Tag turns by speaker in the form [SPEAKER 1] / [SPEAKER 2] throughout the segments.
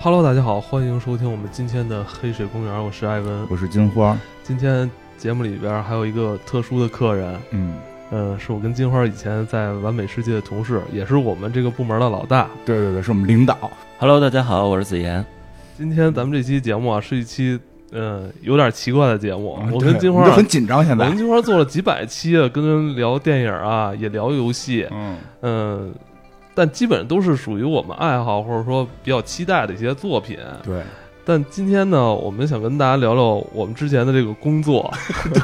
[SPEAKER 1] Hello，大家好，欢迎收听我们今天的《黑水公园》，我是艾文。
[SPEAKER 2] 我是金花，
[SPEAKER 1] 今天节目里边还有一个特殊的客人，
[SPEAKER 2] 嗯，
[SPEAKER 1] 嗯，是我跟金花以前在完美世界的同事，也是我们这个部门的老大。
[SPEAKER 2] 对对对，是我们领导，
[SPEAKER 3] Hello，大家好，我是子妍。
[SPEAKER 1] 今天咱们这期节目啊，是一期嗯有点奇怪的节目。啊我
[SPEAKER 2] 对
[SPEAKER 1] 跟金花
[SPEAKER 2] 我们就很紧张现
[SPEAKER 1] 我
[SPEAKER 2] 在
[SPEAKER 1] 跟，金花做了几百期啊，跟人聊电影啊，也聊游戏，
[SPEAKER 2] 嗯，
[SPEAKER 1] 嗯，但基本都是属于我们爱好或者说比较期待的一些作品。
[SPEAKER 2] 对
[SPEAKER 1] 但今天呢，我们想跟大家聊聊我们之前的这个工作，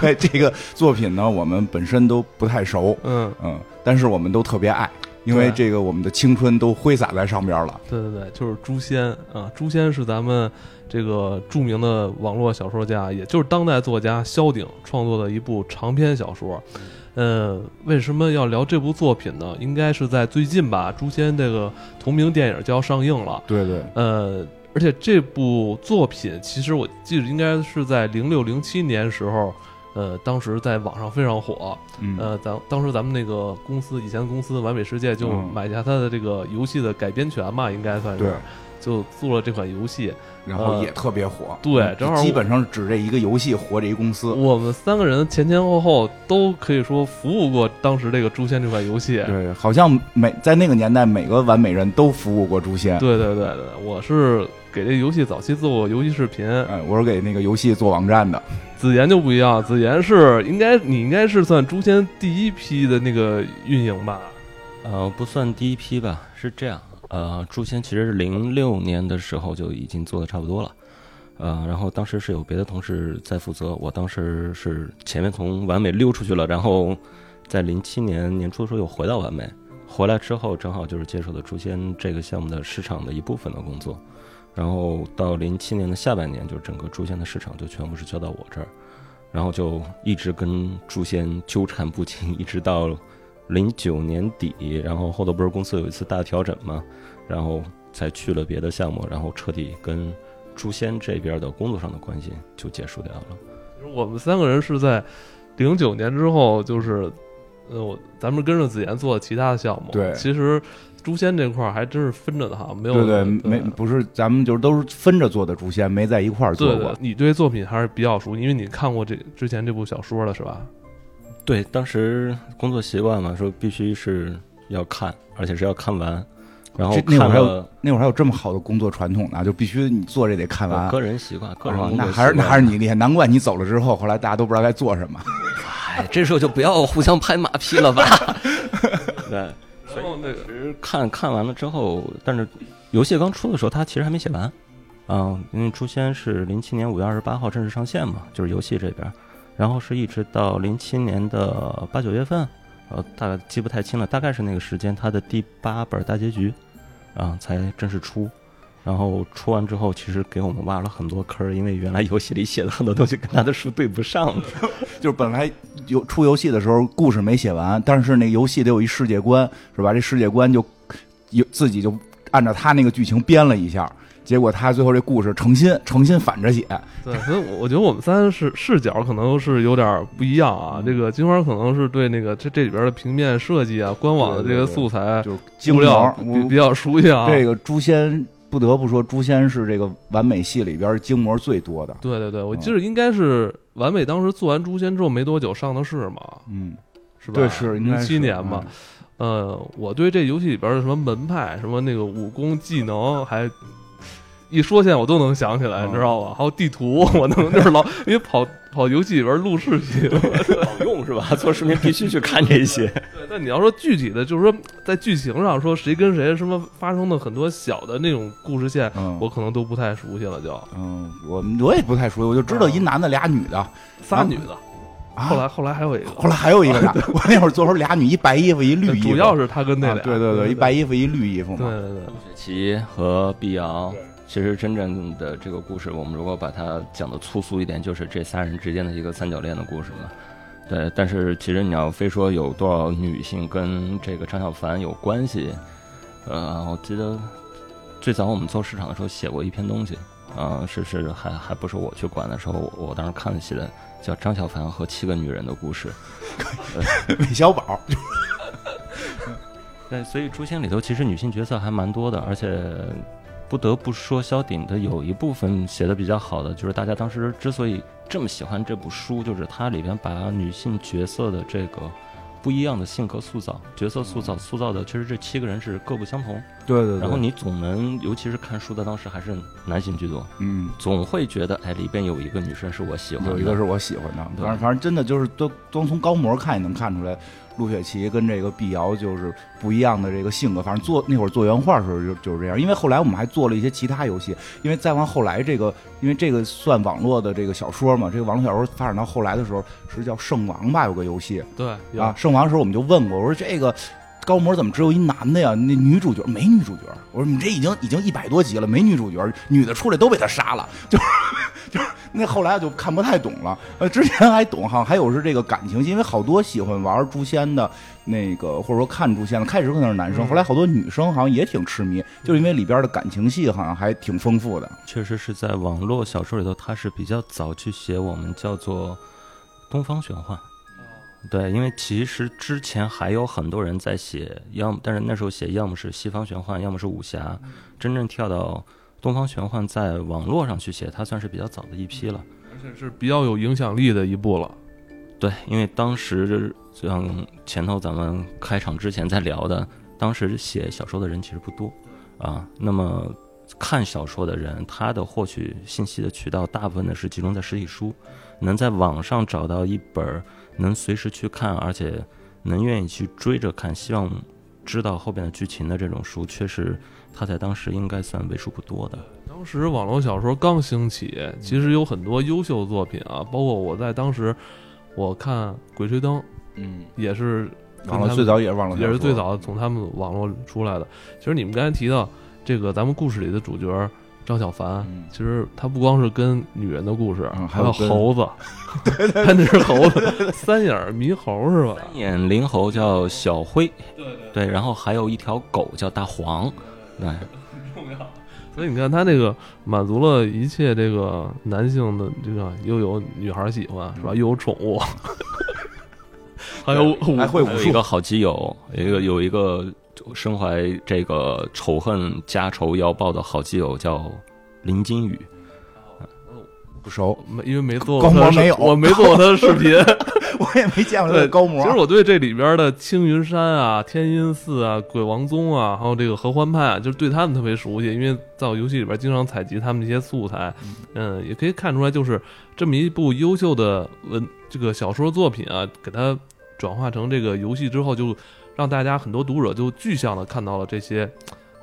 [SPEAKER 2] 对，这个作品呢，我们本身都不太熟，
[SPEAKER 1] 嗯，
[SPEAKER 2] 嗯，但是我们都特别爱，因为
[SPEAKER 1] 对
[SPEAKER 2] 这个我们的青春都挥洒在上边了，
[SPEAKER 1] 对对对，就是《诛仙》啊，《诛仙》是咱们这个著名的网络小说家，也就是当代作家萧鼎创作的一部长篇小说。呃，为什么要聊这部作品呢？应该是在最近吧，《诛仙》这个同名电影就要上映了。
[SPEAKER 2] 对对，
[SPEAKER 1] 呃，而且这部作品其实我记得应该是在零六零七年时候，呃，当时在网上非常火。
[SPEAKER 2] 嗯，
[SPEAKER 1] 呃，咱当时咱们那个公司以前公司完美世界就
[SPEAKER 2] 嗯
[SPEAKER 1] 买下它的这个游戏的改编权嘛，应该算是
[SPEAKER 2] 对，
[SPEAKER 1] 就做了这款游戏。
[SPEAKER 2] 然后也特别火，
[SPEAKER 1] 呃
[SPEAKER 2] 嗯
[SPEAKER 1] 对正好哦
[SPEAKER 2] 基本上指这一个游戏活这一公司，
[SPEAKER 1] 我们三个人前前后后都可以说服务过当时这个《诛仙》这款游戏。
[SPEAKER 2] 对，好像每在那个年代，每个完美人都服务过诛仙，
[SPEAKER 1] 对对对对，我是给这游戏早期做过游戏视频，
[SPEAKER 2] 哎，我是给那个游戏做网站的，
[SPEAKER 1] 子妍就不一样，子妍是应该你应该是算《诛仙》第一批的那个运营吧？
[SPEAKER 3] 呃，不算第一批吧，是这样。呃，诛仙其实是零六年的时候就已经做的差不多了。呃，然后当时是有别的同事在负责，我当时是前面从完美溜出去了，然后在零七年年初的时候又回到完美，回来之后正好就是接手的诛仙这个项目的市场的一部分的工作，然后到零七年的下半年，就是整个诛仙的市场就全部是交到我这儿，然后就一直跟诛仙纠缠不清， 一直到零九年底，然后后头不是公司有一次大调整嘛，然后才去了别的项目，然后彻底跟诛仙这边的工作上的关系就结束掉了。
[SPEAKER 1] 我们三个人是在零九年之后，就是呃，我咱们跟着子妍做其他的项目。
[SPEAKER 2] 对
[SPEAKER 1] 其实诛仙这块儿还真是分着的哈，没有
[SPEAKER 2] 对对，没
[SPEAKER 1] 对
[SPEAKER 2] 不是，咱们就是都是分着做的诛仙，没在一块儿做
[SPEAKER 1] 对
[SPEAKER 2] 过
[SPEAKER 1] 对，，你对作品还是比较熟，因为你看过这之前这部小说了是吧？
[SPEAKER 3] 对，当时工作习惯嘛，说必须是要看，而且是要看完，然后
[SPEAKER 2] 这那会儿
[SPEAKER 3] 看
[SPEAKER 2] 还有
[SPEAKER 3] 了。
[SPEAKER 2] 那会儿还有这么好的工作传统呢，就必须你做这得看完。
[SPEAKER 3] 我个人习惯，个人
[SPEAKER 2] 哦
[SPEAKER 3] 工作
[SPEAKER 2] 那还是
[SPEAKER 3] 习惯
[SPEAKER 2] 那还是你厉害，难怪你走了之后，后来大家都不知道该做什么。
[SPEAKER 3] 哎，这时候就不要互相拍马屁了吧？对，
[SPEAKER 1] 然后那个
[SPEAKER 3] 看看完了之后，但是游戏刚出的时候，它其实还没写完，啊、因为《诛仙》是零七年五月二十八号正式上线嘛，就是游戏这边，然后是一直到零七年的八九月份，呃，大概记不太清了，大概是那个时间，它的第八本大结局，啊、才正式出。然后出完之后，其实给我们挖了很多坑儿，因为原来游戏里写的很多东西跟他的书对不上。
[SPEAKER 2] 就是本来有出游戏的时候，故事没写完，但是那个游戏得有一世界观，是吧？这世界观就有自己就按照他那个剧情编了一下，结果他最后这故事诚心诚心反着写，
[SPEAKER 1] 对，所以我我觉得我们三是视角可能是有点不一样
[SPEAKER 2] 嗯
[SPEAKER 1] 啊。这个金花可能是对那个这这里边的平面设计啊、官网的这
[SPEAKER 2] 对
[SPEAKER 1] 个
[SPEAKER 2] 对对
[SPEAKER 1] 素材
[SPEAKER 2] 就是精
[SPEAKER 1] 物料
[SPEAKER 2] 苗。
[SPEAKER 1] 比比较熟悉啊。
[SPEAKER 2] 这个诛仙不得不说，诛仙是这个完美系里边精魔最多的。
[SPEAKER 1] 对对对，我
[SPEAKER 2] 嗯
[SPEAKER 1] 记得应该是完美当时做完《诛仙》之后没多久上的市嘛，
[SPEAKER 2] 嗯，
[SPEAKER 1] 是吧？
[SPEAKER 2] 对，是应
[SPEAKER 1] 零
[SPEAKER 2] 该是嗯
[SPEAKER 1] 七年嘛。。呃，我对这游戏里边的什么门派、什么那个武功技能，还一说现在我都能想起来，
[SPEAKER 2] 嗯
[SPEAKER 1] 你知道吧？还有地图，我能就是老 因为跑跑游戏里边录视频。
[SPEAKER 3] 好用是吧？做视频必须去看这些。
[SPEAKER 1] 对 但你要说具体的，就是说在剧情上说谁跟谁什么发生的很多小的那种故事线，
[SPEAKER 2] 嗯，
[SPEAKER 1] 我可能都不太熟悉了就。
[SPEAKER 2] 嗯，我我也不太熟悉，我就知道一男的俩女的。
[SPEAKER 1] 仨女的，
[SPEAKER 2] 啊
[SPEAKER 1] 后来后来还有一个，
[SPEAKER 2] 后来还有一 个呢，我那会儿做时候俩女，一白衣服一绿衣服，
[SPEAKER 1] 主要是他跟那
[SPEAKER 2] 啊
[SPEAKER 1] 俩，
[SPEAKER 2] 对对对，一白衣服一绿衣服
[SPEAKER 1] 对
[SPEAKER 2] 嘛。
[SPEAKER 1] 对对，
[SPEAKER 3] 雪琪和碧瑶
[SPEAKER 2] 对，
[SPEAKER 3] 其实真正的这个故事，我们如果把它讲的粗俗一点，就是这仨人之间的一个三角恋的故事嘛。对，但是其实你要非说有多少女性跟这个张小凡有关系，呃，我记得最早我们做市场的时候写过一篇东西，啊、是是还还不是我去管的时候，我我当时看的写的叫《张小凡和七个女人的故事》。
[SPEAKER 2] 韦小宝，
[SPEAKER 3] 对，所以《诛仙》里头其实女性角色还蛮多的，而且不不得不说，萧鼎的有一部分写的比较好的，就是大家当时之所以这么喜欢这部书，就是它里边把女性角色的这个不一样的性格塑造、角色塑造、塑造的，其实这七个人是各不相同。
[SPEAKER 2] 嗯对对对，
[SPEAKER 3] 然后你总能，尤其是看书的当时还是男性居多，
[SPEAKER 2] 嗯，
[SPEAKER 3] 总会觉得哎，里边有一个女生是我喜欢的，
[SPEAKER 2] 有一个是我喜欢的，
[SPEAKER 3] 对
[SPEAKER 2] 反正反正真的就是都都从高模看也能看出来，陆雪琪跟这个碧瑶就是不一样的这个性格。反正做那会儿做原画的时候就就是这样，因为后来我们还做了一些其他游戏，因为再往后来这个，因为这个算网络的这个小说嘛，这个网络小说发展到后来的时候是叫《圣王》吧，有个游戏，
[SPEAKER 1] 对，有
[SPEAKER 2] 啊，圣王的时候我们就问过，我说这个高模怎么只有一男的呀？那女主角没女主角。我说你这已经已经一百多集了，没女主角，女的出来都被他杀了，就是 就是那后来就看不太懂了。呃，之前还懂哈，还有是这个感情戏，因为好多喜欢玩诛仙的那个或者说看诛仙的，开始可能是男生，
[SPEAKER 1] 嗯
[SPEAKER 2] 后来好多女生好像也挺痴迷，就是因为里边的感情戏好像还挺丰富的。
[SPEAKER 3] 确实是在网络小说里头，他是比较早去写我们叫做东方玄幻。对，因为其实之前还有很多人在写，要么但是那时候写要么是西方玄幻，要么是武侠，真正跳到东方玄幻在网络上去写，它算是比较早的一批了。
[SPEAKER 1] 而且是比较有影响力的一部了。
[SPEAKER 3] 对，因为当时就像前头咱们开场之前在聊的，当时写小说的人其实不多啊。那么看小说的人，他的获取信息的渠道大部分呢是集中在实体书，能在网上找到一本儿能随时去看，而且能愿意去追着看，希望知道后边的剧情的这种书，确实他在当时应该算为数不多的。
[SPEAKER 1] 当时网络小说刚兴起，其实有很多优秀作品啊，包括我在当时我看《鬼吹灯》
[SPEAKER 2] 嗯，
[SPEAKER 1] 也是跟
[SPEAKER 2] 网
[SPEAKER 1] 他
[SPEAKER 2] 络
[SPEAKER 1] 们
[SPEAKER 2] 最早也是网络小
[SPEAKER 1] 也是
[SPEAKER 2] 说
[SPEAKER 1] 最早从他们网络出来的。其实你们刚才提到这个，咱们故事里的主角张小凡，
[SPEAKER 2] 嗯
[SPEAKER 1] 其实他不光是跟女人的故事，
[SPEAKER 2] 嗯
[SPEAKER 1] 还
[SPEAKER 2] 还有跟
[SPEAKER 1] 猴 子，他那是猴子， 三眼儿猕猴是吧？
[SPEAKER 3] 演灵猴叫小灰，对，然后还有一条狗叫大黄，对。
[SPEAKER 1] 所以你看，他这个满足了一切这个男性的这个，又有女孩喜欢是
[SPEAKER 2] 嗯
[SPEAKER 1] 吧？又有宠物，还有武
[SPEAKER 2] 还会武
[SPEAKER 3] 还有一
[SPEAKER 2] 术，
[SPEAKER 3] 个好基友，有一个有一个身怀这个仇恨家仇要报的好基友叫林金宇，
[SPEAKER 2] 不熟，
[SPEAKER 1] 没因为没做过
[SPEAKER 2] 光
[SPEAKER 1] 他的
[SPEAKER 2] 模
[SPEAKER 1] 视，
[SPEAKER 2] 没有
[SPEAKER 1] 我没做过他的视 频。
[SPEAKER 2] 我也没见过这
[SPEAKER 1] 对
[SPEAKER 2] 个高模。
[SPEAKER 1] 其实我对这里边的青云山啊、天音寺啊、鬼王宗啊，还有这个合欢派啊，就是对他们特别熟悉，因为在我游戏里边经常采集他们这些素材。嗯，也可以看出来，就是这么一部优秀的文这个小说作品啊，给它转化成这个游戏之后，就让大家很多读者就具象的看到了这些。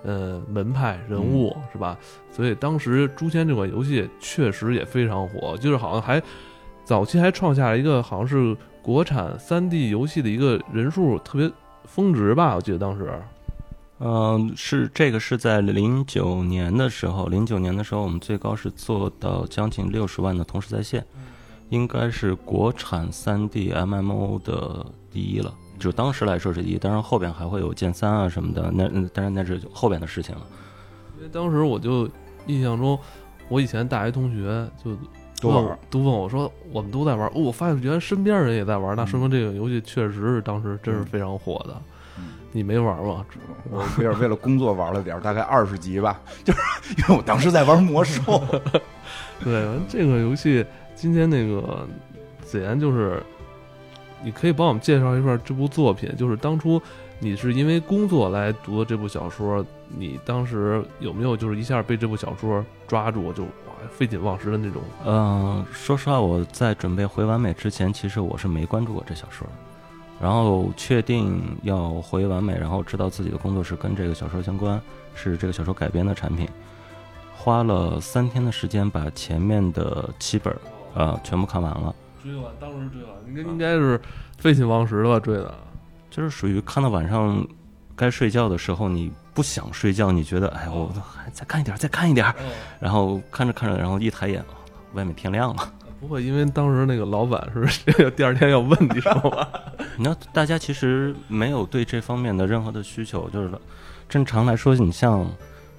[SPEAKER 1] 呃，门派人物、
[SPEAKER 2] 嗯
[SPEAKER 1] 是吧？所以当时《诛仙》这款游戏确实也非常火，就是好像还早期还创下了一个好像是国产三 D 游戏的一个人数特别峰值吧，我记得当时。
[SPEAKER 3] 嗯、是这个是在零九年的时候，零九年的时候我们最高是做到将近六十万的同时在线，
[SPEAKER 1] 嗯
[SPEAKER 3] 应该是国产三 D MMO 的第一了。就当时来说是第一，当然后边还会有剑三啊什么的，那那当然那是后边的事情了。
[SPEAKER 1] 因为当时我就印象中，我以前大学同学就
[SPEAKER 2] 都
[SPEAKER 1] 问
[SPEAKER 2] 玩
[SPEAKER 1] 我都问我说我们都在玩，哦，我发现原来身边人也在玩，那说明这个游戏确实是当时真是非常火的。
[SPEAKER 2] 嗯
[SPEAKER 1] 你没玩吗？
[SPEAKER 2] 我有点为了工作玩了点儿，大概二十集吧，就是因为我当时在玩魔兽。
[SPEAKER 1] 对，这个游戏今天那个子妍就是，你可以帮我们介绍一下这部作品，就是当初你是因为工作来读的这部小说，你当时有没有就是一下被这部小说抓住，就哇废寝忘食的那种？
[SPEAKER 3] 嗯，说实话，我在准备回完美之前，其实我是没关注过这小说的。然后确定要回完美，然后知道自己的工作是跟这个小说相关，是这个小说改编的产品，花了三天的时间把前面的七本儿呃全部看完了，
[SPEAKER 1] 追完，当时追完，应该应该是废寝忘食的吧，追的。
[SPEAKER 3] 就是属于看到晚上该睡觉的时候，你不想睡觉，你觉得哎我还再看一点儿，再看一点儿，然后看着看着，然后一抬眼，外面天亮了。
[SPEAKER 1] 不会，因为当时那个老板是第二天要问你什么 吧？
[SPEAKER 3] 你要大家其实没有对这方面的任何的需求，就是说正常来说，你像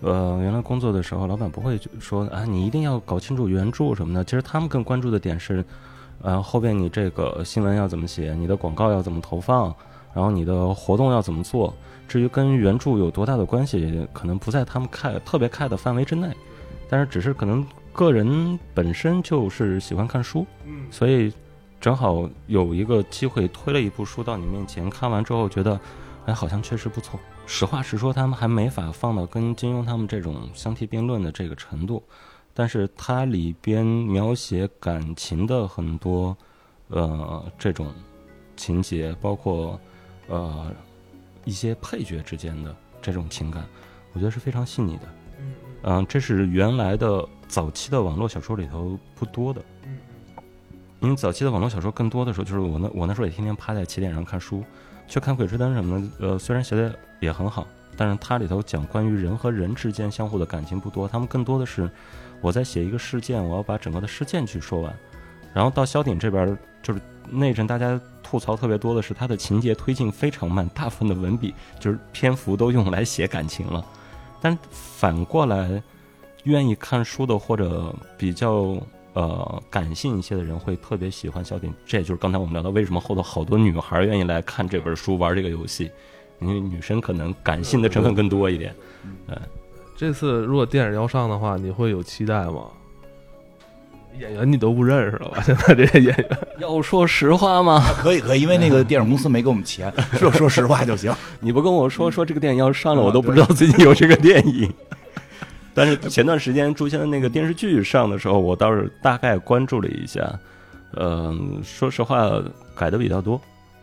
[SPEAKER 3] 呃原来工作的时候，老板不会就说啊你一定要搞清楚原著什么的。其实他们更关注的点是，呃后边你这个新闻要怎么写，你的广告要怎么投放，然后你的活动要怎么做，至于跟原著有多大的关系，可能不在他们看特别看的范围之内，但是只是可能个人本身就是喜欢看书，
[SPEAKER 1] 嗯
[SPEAKER 3] 所以正好有一个机会推了一部书到你面前，看完之后觉得，哎，好像确实不错。实话实说，他们还没法放到跟金庸他们这种相提并论的这个程度，但是它里边描写感情的很多，呃，这种情节，包括呃一些配角之间的这种情感，我觉得是非常细腻的。嗯、这是原来的早期的网络小说里头不多的。因嗯为早期的网络小说更多的时候，就是我那我那时候也天天趴在起点上看书，去看《鬼吹灯》什么的。呃，虽然写的也很好，但是它里头讲关于人和人之间相互的感情不多，他们更多的是我在写一个事件，我要把整个的事件去说完。然后到萧鼎这边儿，就是那一阵大家吐槽特别多的是他的情节推进非常慢，大部分的文笔就是篇幅都用来写感情了。但反过来，愿意看书的或者比较呃感性一些的人会特别喜欢小鼎，这也就是刚才我们聊到为什么后头好多女孩愿意来看这本书玩这个游戏，因为女生可能感性的成分更多一点。
[SPEAKER 1] 这次如果电影要上的话，你会有期待吗？演员你都不认识了吧？现在这些演员，
[SPEAKER 3] 要说实话吗？
[SPEAKER 2] 可以可以，因为那个电影公司没给我们钱，说说实话就行。
[SPEAKER 3] 你不跟我说说这个电影要上了，我都不知道最近有这个电影。啊 呃但是前段时间《诛仙》的那个电视剧上的时候，我倒是大概关注了一下。嗯、说实话，改的比较多，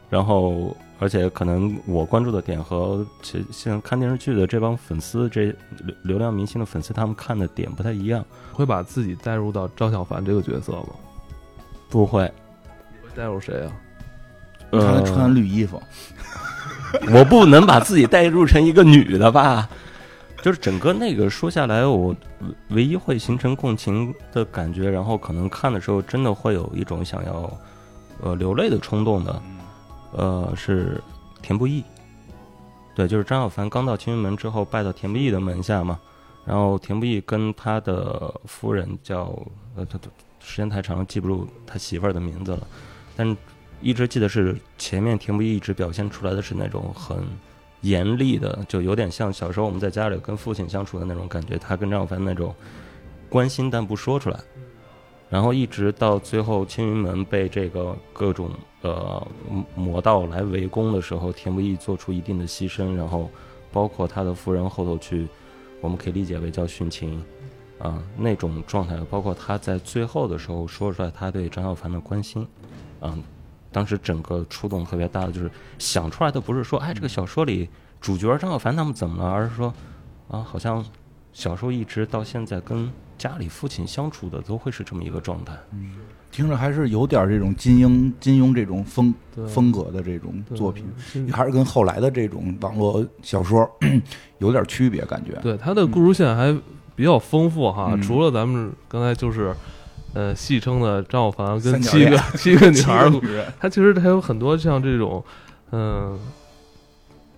[SPEAKER 3] 然后而且可能我关注的点和其像看电视剧的这帮粉丝、这流流量明星的粉丝，他们看的点不太一样。
[SPEAKER 1] 会把自己带入到张小凡这个角色吗？
[SPEAKER 3] 不会，
[SPEAKER 1] 会带入谁啊？
[SPEAKER 2] 看他
[SPEAKER 3] 呃
[SPEAKER 2] 穿绿衣服，
[SPEAKER 3] 我不能把自己代入成一个女的吧？就是整个那个说下来，我唯一会形成共情的感觉，然后可能看的时候真的会有一种想要呃流泪的冲动的，呃是田不易，对，就是张小凡刚到青云门之后拜到田不易的门下嘛，然后田不易跟他的夫人叫呃他他时间太长了记不住他媳妇儿的名字了，但是一直记得是前面田不易一直表现出来的是那种很严厉的，就有点像小时候我们在家里跟父亲相处的那种感觉。他跟张小凡那种关心但不说出来，然后一直到最后青云门被这个各种呃魔道来围攻的时候，田不易做出一定的牺牲，然后包括他的夫人后头去，我们可以理解为叫殉情。啊，那种状态，包括他在最后的时候说出来他对张小凡的关心，啊，当时整个触动特别大的就是想出来的不是说哎这个小说里主角张小凡他们怎么了，而是说啊好像小时候一直到现在跟家里父亲相处的都会是这么一个状态。
[SPEAKER 2] 听着还是有点这种金庸金庸这种风
[SPEAKER 1] 对
[SPEAKER 2] 风格的这种作品，
[SPEAKER 1] 对
[SPEAKER 2] 还是跟后来的这种网络小说 有点区别，感觉。
[SPEAKER 1] 对，它的故事线还比较丰富哈，
[SPEAKER 2] 嗯
[SPEAKER 1] 除了咱们刚才就是，呃，戏称的张小凡跟
[SPEAKER 2] 三角
[SPEAKER 1] 七个 七个女
[SPEAKER 2] 七
[SPEAKER 1] 孩儿
[SPEAKER 2] 个，女人
[SPEAKER 1] 它其实还有很多像这种，嗯、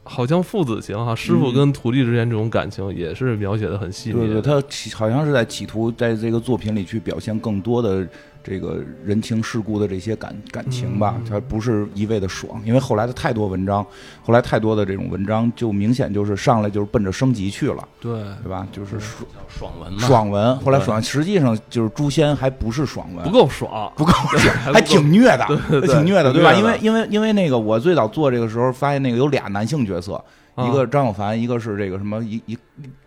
[SPEAKER 1] 好像父子情哈，师傅
[SPEAKER 2] 嗯
[SPEAKER 1] 跟徒弟之间这种感情也是描写的很细腻
[SPEAKER 2] 对
[SPEAKER 1] 的。
[SPEAKER 2] 对，他企好像是在企图在这个作品里去表现更多的这个人情世故的这些感感情吧，
[SPEAKER 1] 嗯
[SPEAKER 2] 他不是一味的爽，因为后来的太多文章，后来太多的这种文章就明显就是上来就是奔着升级去了，
[SPEAKER 1] 对
[SPEAKER 2] 对吧？就是爽
[SPEAKER 3] 爽文
[SPEAKER 2] 爽文，后来爽实际上就是诛仙还不是爽文
[SPEAKER 1] 不，够爽，
[SPEAKER 2] 不够
[SPEAKER 1] 对还不够
[SPEAKER 2] 还挺虐的，
[SPEAKER 1] 对对
[SPEAKER 2] 挺虐的，
[SPEAKER 1] 挺
[SPEAKER 2] 吧？
[SPEAKER 1] 虐
[SPEAKER 2] 因为
[SPEAKER 1] 的
[SPEAKER 2] 因为因为那个我最早做这个时候发现那个有俩男性角色，
[SPEAKER 1] 啊
[SPEAKER 2] 一个张小凡，一个是这个什么一一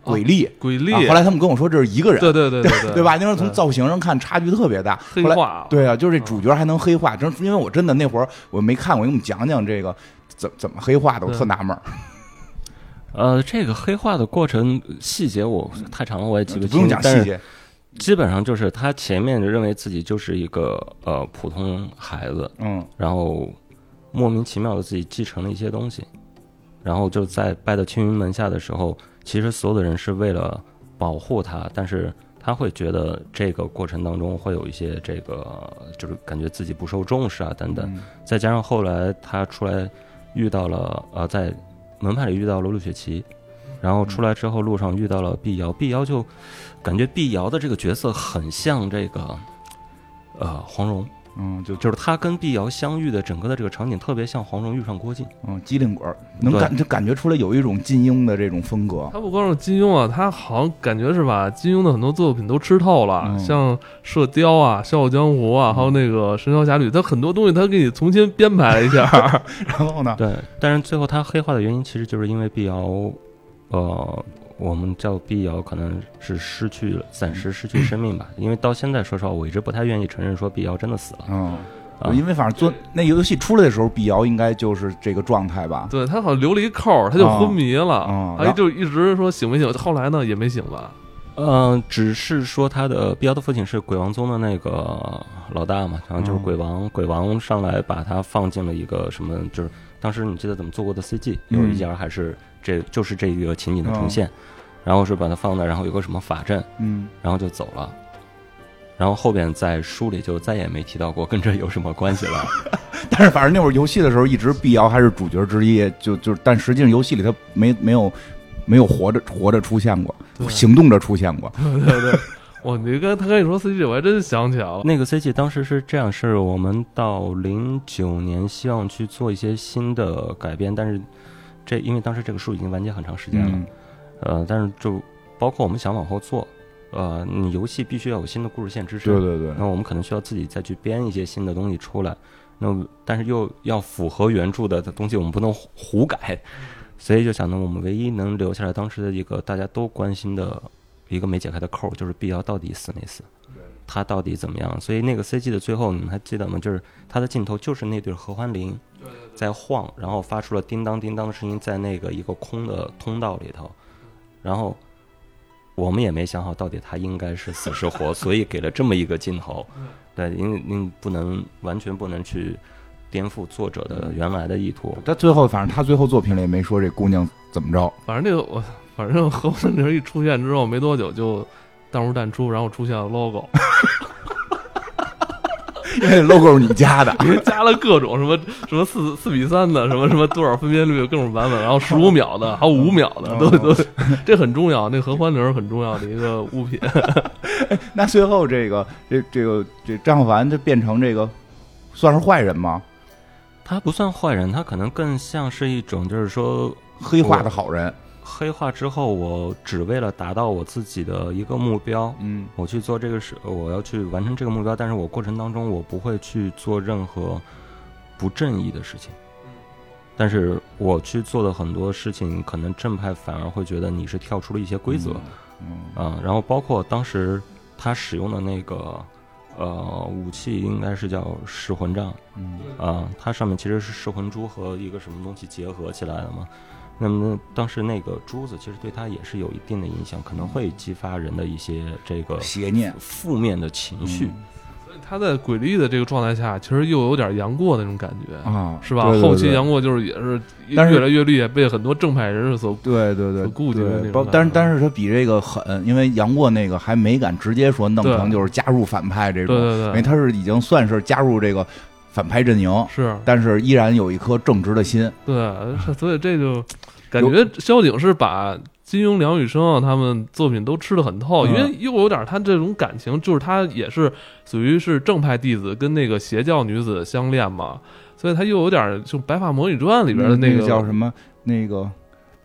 [SPEAKER 2] 鬼力。
[SPEAKER 1] 哦鬼力。
[SPEAKER 2] 啊后来他们跟我说这是一个人，
[SPEAKER 1] 对对对对对嗯
[SPEAKER 2] 对吧？因为从造型上看差距特别大，
[SPEAKER 1] 黑
[SPEAKER 2] 后来
[SPEAKER 1] 化嗯
[SPEAKER 2] 对啊，就是这主角还能黑化，真因为我真的那会儿我没看过，你给我们讲讲这个怎怎么黑化的，我
[SPEAKER 1] 对
[SPEAKER 2] 特纳闷儿。
[SPEAKER 3] 呃，这个黑化的过程细节我太长了，我也记
[SPEAKER 2] 不用讲细，节，
[SPEAKER 3] 基本上就是他前面就认为自己就是一个呃普通孩子，
[SPEAKER 2] 嗯
[SPEAKER 3] 然后莫名其妙的自己继承了一些东西，然后就在拜到青云门下的时候，其实所有的人是为了保护他，但是他会觉得这个过程当中会有一些这个就是感觉自己不受重视啊等等，
[SPEAKER 2] 嗯
[SPEAKER 3] 再加上后来他出来遇到了呃，在门派里遇到了陆雪琪，然后出来之后路上遇到了碧瑶，碧瑶就感觉碧瑶的这个角色很像这个呃黄蓉，
[SPEAKER 2] 嗯，就
[SPEAKER 3] 就是他跟碧瑶相遇的整个的这个场景，特别像黄蓉遇上郭靖。
[SPEAKER 2] 嗯机灵鬼儿，能感就感觉出来有一种金庸的这种 风格。
[SPEAKER 1] 他不光是金庸啊，他好像感觉是把金庸的很多作品都吃透了，
[SPEAKER 2] 嗯
[SPEAKER 1] 像《射雕》啊、《笑傲江湖》啊，
[SPEAKER 2] 嗯
[SPEAKER 1] 还有那个《神雕侠侣》，他很多东西他给你重新编排了一 下。
[SPEAKER 2] 然后呢，
[SPEAKER 3] 对，但是最后他黑化的原因，其实就是因为碧瑶，呃，我们叫碧瑶，可能是失去了暂时失去生命吧。因为到现在，说实话，我一直不太愿意承认说碧瑶真的死了。
[SPEAKER 2] 嗯，
[SPEAKER 3] 啊
[SPEAKER 2] 因为反正做那游戏出来的时候，碧瑶应该就是这个状态吧。
[SPEAKER 1] 对他好像留了一扣儿，他就
[SPEAKER 2] 哦
[SPEAKER 1] 昏迷了，
[SPEAKER 2] 嗯嗯
[SPEAKER 1] 他就一直说醒没醒，后来呢也没醒吧。
[SPEAKER 3] 嗯、只是说他的碧瑶的父亲是鬼王宗的那个老大嘛，然后就是
[SPEAKER 2] 嗯
[SPEAKER 3] 鬼王，鬼王上来把他放进了一个什么，就是当时你记得怎么做过的 CG，
[SPEAKER 2] 嗯
[SPEAKER 3] 有一家还是这就是这个情景的重
[SPEAKER 2] 嗯
[SPEAKER 3] 现，然后是把他放那儿，然后有个什么法阵，
[SPEAKER 2] 嗯，
[SPEAKER 3] 然后就走了。然后后边在书里就再也没提到过跟这有什么关系 了。
[SPEAKER 2] 但是反正那会儿游戏的时候，一直碧瑶还是主角之一，就就但实际上游戏里他没没有没有活着活着出现过，
[SPEAKER 1] 对
[SPEAKER 2] 行动着出现过。
[SPEAKER 1] 对对对，哇，你跟他跟你说 CG，我还真想起来了。
[SPEAKER 3] 那个 CG 当时是这样，是我们到零九年希望去做一些新的改编，但是这因为当时这个书已经完结很长时间了，
[SPEAKER 2] 嗯
[SPEAKER 3] 呃，但是就包括我们想往后做，呃，你游戏必须要有新的故事线支持，
[SPEAKER 2] 对对对，
[SPEAKER 3] 那我们可能需要自己再去编一些新的东西出来，那么但是又要符合原著的东西，我们不能胡胡改，所以就想呢，我们唯一能留下来当时的一个大家都关心的一个没解开的扣儿，就是碧瑶到底死没死，他到底怎么样？所以那个 CG 的最后，你们还记得吗？就是他的镜头就是那对合欢铃在晃，然后发出了叮当叮当的声音，在那个一个空的通道里头，然后。我们也没想好到底他应该是死是活，所以给了这么一个镜头。对，因为您不能完全不能去颠覆作者的原来的意图。
[SPEAKER 2] 他最后反正他最后作品里也没说这姑娘怎么着。
[SPEAKER 1] 反正那个我，反正 何文玲一出现之后没多久就淡入淡出，然后出现了 logo，
[SPEAKER 2] 因为 logo 是你加的，
[SPEAKER 1] 加了各种什么什么四四比三的，什么什么多少分辨率，各种版本，然后十五秒的，还有五秒的，
[SPEAKER 2] 哦
[SPEAKER 1] 都都这很重要，那合欢铃儿很重要的一个物品。
[SPEAKER 2] 那最后这个这这个这张小凡就变成这个算是坏人吗？
[SPEAKER 3] 他不算坏人，他可能更像是一种，就是说
[SPEAKER 2] 黑化的好人，
[SPEAKER 3] 黑化之后，我只为了达到我自己的一个目标，
[SPEAKER 2] 嗯
[SPEAKER 3] 我去做这个事，我要去完成这个目标，但是我过程当中我不会去做任何不正义的事情。
[SPEAKER 2] 嗯
[SPEAKER 3] 但是我去做的很多事情，可能正派反而会觉得你是跳出了一些规则，
[SPEAKER 2] 嗯
[SPEAKER 3] 啊，然后包括当时他使用的那个呃武器，应该是叫噬魂杖
[SPEAKER 2] 嗯
[SPEAKER 3] 啊，它上面其实是噬魂珠和一个什么东西结合起来的嘛。那么当时那个珠子其实对他也是有一定的影响，可能会激发人的一些这个
[SPEAKER 2] 邪念
[SPEAKER 3] 负面的情绪。
[SPEAKER 2] 嗯
[SPEAKER 1] 他在鬼力的这个状态下，其实又有点杨过那种感觉，
[SPEAKER 2] 啊，
[SPEAKER 1] 是吧？
[SPEAKER 2] 对对对
[SPEAKER 1] 后期杨过就是也是越
[SPEAKER 2] 但是
[SPEAKER 1] 越来越厉害，被很多正派人士所
[SPEAKER 2] 对对对
[SPEAKER 1] 所顾忌的那
[SPEAKER 2] 对，
[SPEAKER 1] 种
[SPEAKER 2] 包
[SPEAKER 1] 感觉
[SPEAKER 2] 但是但是他比这个狠，因为杨过那个还没敢直接说弄
[SPEAKER 1] 对
[SPEAKER 2] 成就是加入反派这
[SPEAKER 1] 对
[SPEAKER 2] 种，
[SPEAKER 1] 对
[SPEAKER 2] 因
[SPEAKER 1] 对，
[SPEAKER 2] 为他是已经算是加入这个反派阵营，
[SPEAKER 1] 是
[SPEAKER 2] 但是依然有一颗正直的心，
[SPEAKER 1] 对， 是所以这就感觉萧景是把金庸、梁羽生啊他们作品都吃得很透，
[SPEAKER 2] 嗯
[SPEAKER 1] 因为又有点他这种感情，就是他也是属于是正派弟子跟那个邪教女子相恋嘛，所以他又有点就《白发魔女传》里边的
[SPEAKER 2] 嗯那
[SPEAKER 1] 个
[SPEAKER 2] 叫什么那个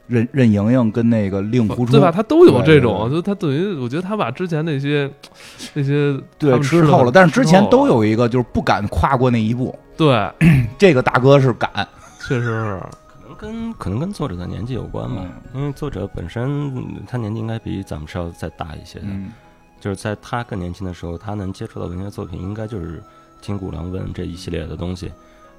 [SPEAKER 2] 任任盈盈跟那个令狐
[SPEAKER 1] 呃
[SPEAKER 2] 冲
[SPEAKER 1] 对吧？哦他都有这种，
[SPEAKER 2] 对
[SPEAKER 1] 就他等于我觉得他把之前那些那些他
[SPEAKER 2] 对
[SPEAKER 1] 们
[SPEAKER 2] 吃
[SPEAKER 1] 得
[SPEAKER 2] 透了，
[SPEAKER 1] 很
[SPEAKER 2] 但是之前
[SPEAKER 1] 吃透
[SPEAKER 2] 都
[SPEAKER 1] 了哦
[SPEAKER 2] 有一个就是不敢跨过那一步，
[SPEAKER 1] 对，
[SPEAKER 2] 这个大哥是敢，
[SPEAKER 1] 确实是
[SPEAKER 3] 可能跟可能跟作者的年纪有关吧，
[SPEAKER 2] 嗯
[SPEAKER 3] 因为作者本身嗯他年纪应该比咱们是要再大一些的，
[SPEAKER 2] 嗯
[SPEAKER 3] 就是在他更年轻的时候，他能接触到文学作品，应该就是金谷良文这一系列的东西。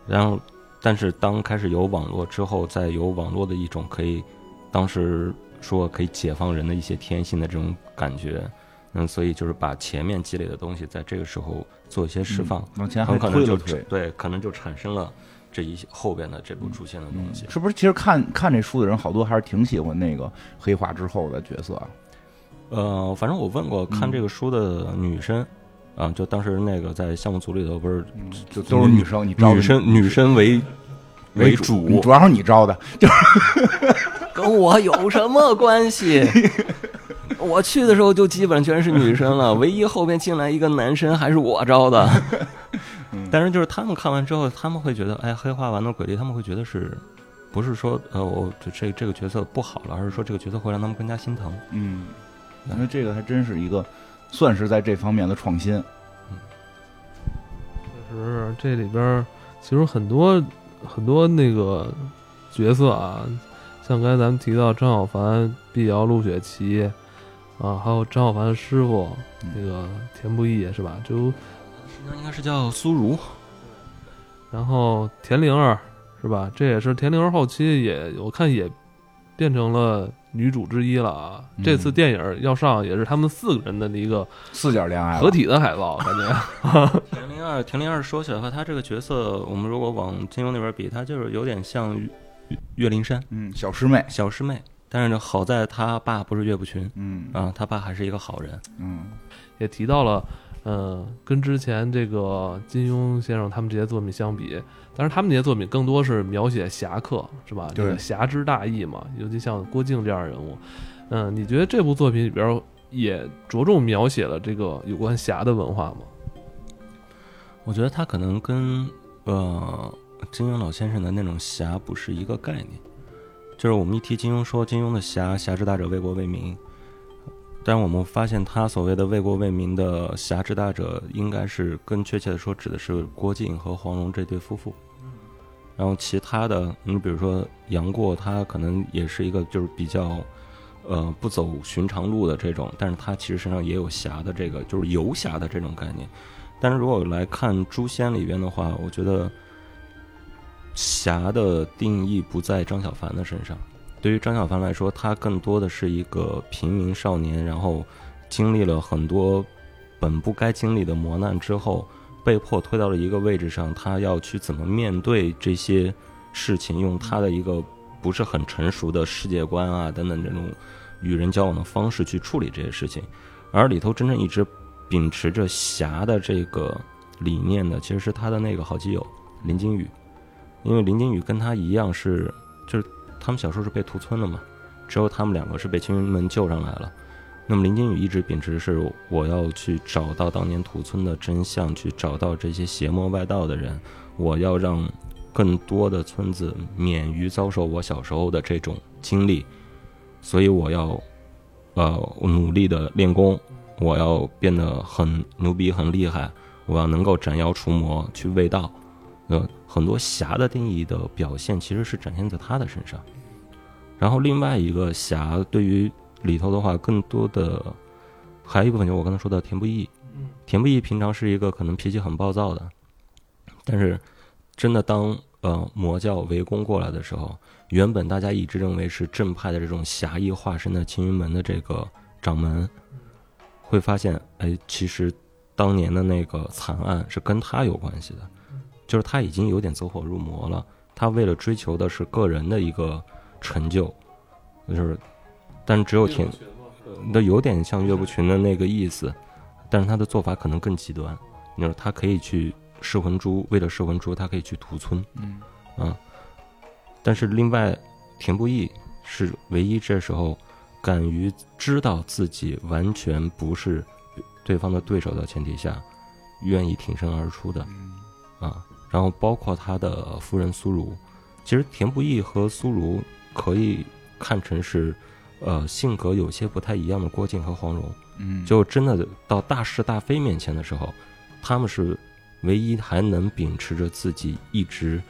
[SPEAKER 3] 然后，但是当开始有网络之后，再有网络的一种可以，当时说可以解放人的一些天性的这种感觉，嗯，所以就是把前面积累的东西，在这个时候做一些释放，
[SPEAKER 2] 往前还
[SPEAKER 3] 很可能
[SPEAKER 2] 哎推
[SPEAKER 3] 就
[SPEAKER 2] 了嗯推。
[SPEAKER 3] 对，可能就产生了这一些后边的这部出现的东西。
[SPEAKER 2] 是不是？其实看看这书的人，好多还是挺喜欢那个黑化之后的角色啊。
[SPEAKER 3] 呃，反正我问过看
[SPEAKER 2] 嗯
[SPEAKER 3] 这个书的女生，啊，就当时那个在项目组里头不是
[SPEAKER 1] 嗯
[SPEAKER 2] 就都是女生，你招的
[SPEAKER 3] 女生女生为为主，
[SPEAKER 2] 主要是你招的。
[SPEAKER 3] 跟我有什么关 系？我去的时候就基本全是女生了，唯一后边进来一个男生还是我招的。
[SPEAKER 2] 嗯
[SPEAKER 3] 但是就是他们看完之后，他们会觉得，哎，黑化完的鬼力，他们会觉得是，不是说呃我这这这个角色不好了，而是说这个角色会让他们更加心疼。
[SPEAKER 2] 嗯，因为这个还真是一个，算是在这方面的创新。
[SPEAKER 1] 确实，这里边儿其实很多很多那个角色啊，像刚才咱们提到张小凡、碧瑶、陆雪琪啊，还有张小凡的师傅
[SPEAKER 2] 嗯
[SPEAKER 1] 那个田不易是吧？就
[SPEAKER 3] 那应该是叫苏如，
[SPEAKER 1] 然后田灵儿是吧？这也是田灵儿后期也我看也变成了女主之一了啊。
[SPEAKER 2] 嗯
[SPEAKER 1] 这次电影要上也是他们四个人的一个
[SPEAKER 2] 四角恋爱了
[SPEAKER 1] 合体的海报，感觉
[SPEAKER 3] 田灵二，田灵二说起来的话，他这个角色，我们如果往金庸那边比，他就是有点像岳岳岳灵珊
[SPEAKER 2] 嗯，小师妹，
[SPEAKER 3] 小师妹，但是呢，好在他爸不是岳不群
[SPEAKER 2] 嗯
[SPEAKER 3] 啊，他爸还是一个好人。
[SPEAKER 2] 嗯
[SPEAKER 1] 也提到了。嗯，跟之前这个金庸先生他们这些作品相比，但是他们这些作品更多是描写侠客，是吧？
[SPEAKER 2] 对
[SPEAKER 1] 这个侠之大义嘛，尤其像郭靖这样的人物。嗯，你觉得这部作品里边儿也着重描写了这个有关侠的文化吗？
[SPEAKER 3] 我觉得他可能跟呃金庸老先生的那种侠不是一个概念，就是我们一提金庸说金庸的侠，侠之大者为国为民，但我们发现他所谓的为国为民的侠之大者，应该是更确切的说指的是郭靖和黄蓉这对夫妇。然后其他的，你比如说杨过，他可能也是一个就是比较，呃，不走寻常路的这种，但是他其实身上也有侠的这个，就是游侠的这种概念。但是如果来看《诛仙》里边的话，我觉得侠的定义不在张小凡的身上。对于张小凡来说，他更多的是一个平民少年，然后经历了很多本不该经历的磨难之后，被迫推到了一个位置上，他要去怎么面对这些事情，用他的一个不是很成熟的世界观啊等等这种与人交往的方式去处理这些事情。而里头真正一直秉持着侠的这个理念的，其实是他的那个好基友林金羽，因为林金羽跟他一样是，就是他们小时候是被屠村的嘛，之后他们两个是被亲人们救上来了。那么林金羽一直秉持是我要去找到当年屠村的真相，去找到这些邪魔外道的人，我要让更多的村子免于遭受我小时候的这种经历，所以我要，呃，努力的练功，我要变得很牛逼、很厉害，我要能够斩妖除魔，去卫道。呃，很多侠的定义的表现其实是展现在他的身上。然后另外一个侠对于里头的话，更多的还有一部分就是我刚才说到田不易。田不易平常是一个可能脾气很暴躁的，但是真的当呃魔教围攻过来的时候，原本大家一直认为是正派的这种侠义化身的青云门的这个掌门，会发现，哎，其实当年的那个惨案是跟他有关系的，就是他已经有点走火入魔了。他为了追求的是个人的一个成就，就是，但只有田，那有点像岳不群的那个意思，但是他的做法可能更极端。你说他可以去噬魂珠，为了噬魂珠，他可以去屠村，
[SPEAKER 2] 嗯
[SPEAKER 3] 啊，但是另外，田不易是唯一这时候敢于知道自己完全不是对方的对手的前提下，愿意挺身而出的
[SPEAKER 2] 嗯
[SPEAKER 3] 啊。然后包括他的夫人苏如，其实田不易和苏如可以看成是，呃，性格有些不太一样的郭靖和黄蓉。
[SPEAKER 2] 嗯，
[SPEAKER 3] 就真的到大是大非面前的时候，他们是唯一还能秉持着自己一直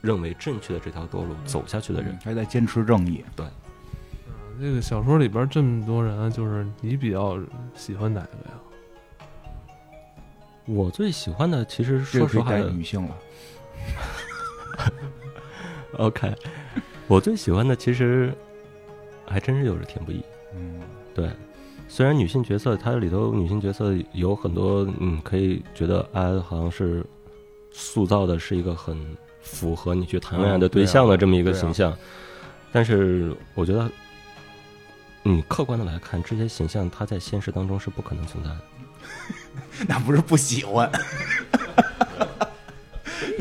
[SPEAKER 3] 认为正确的这条道路走下去的人。
[SPEAKER 2] 还在坚持正义。
[SPEAKER 1] 嗯这个小说里边儿这么多人，就是你比较喜欢哪个呀？
[SPEAKER 3] 我最喜欢的其实
[SPEAKER 2] 这个
[SPEAKER 3] 说
[SPEAKER 2] 可
[SPEAKER 3] 实
[SPEAKER 2] 以
[SPEAKER 3] 话
[SPEAKER 2] 带
[SPEAKER 3] 的
[SPEAKER 2] 女性了，
[SPEAKER 3] ，OK，我最喜欢的其实还真是有着田不易。
[SPEAKER 2] 嗯
[SPEAKER 3] 对，虽然女性角色它里头女性角色有很多，嗯，可以觉得啊，好像是塑造的是一个很符合你去谈恋爱的对啊象的这么一个形象，但是我觉得，嗯，客观的来看，这些形象它在现实当中是不可能存在的。
[SPEAKER 2] 那不是不喜欢，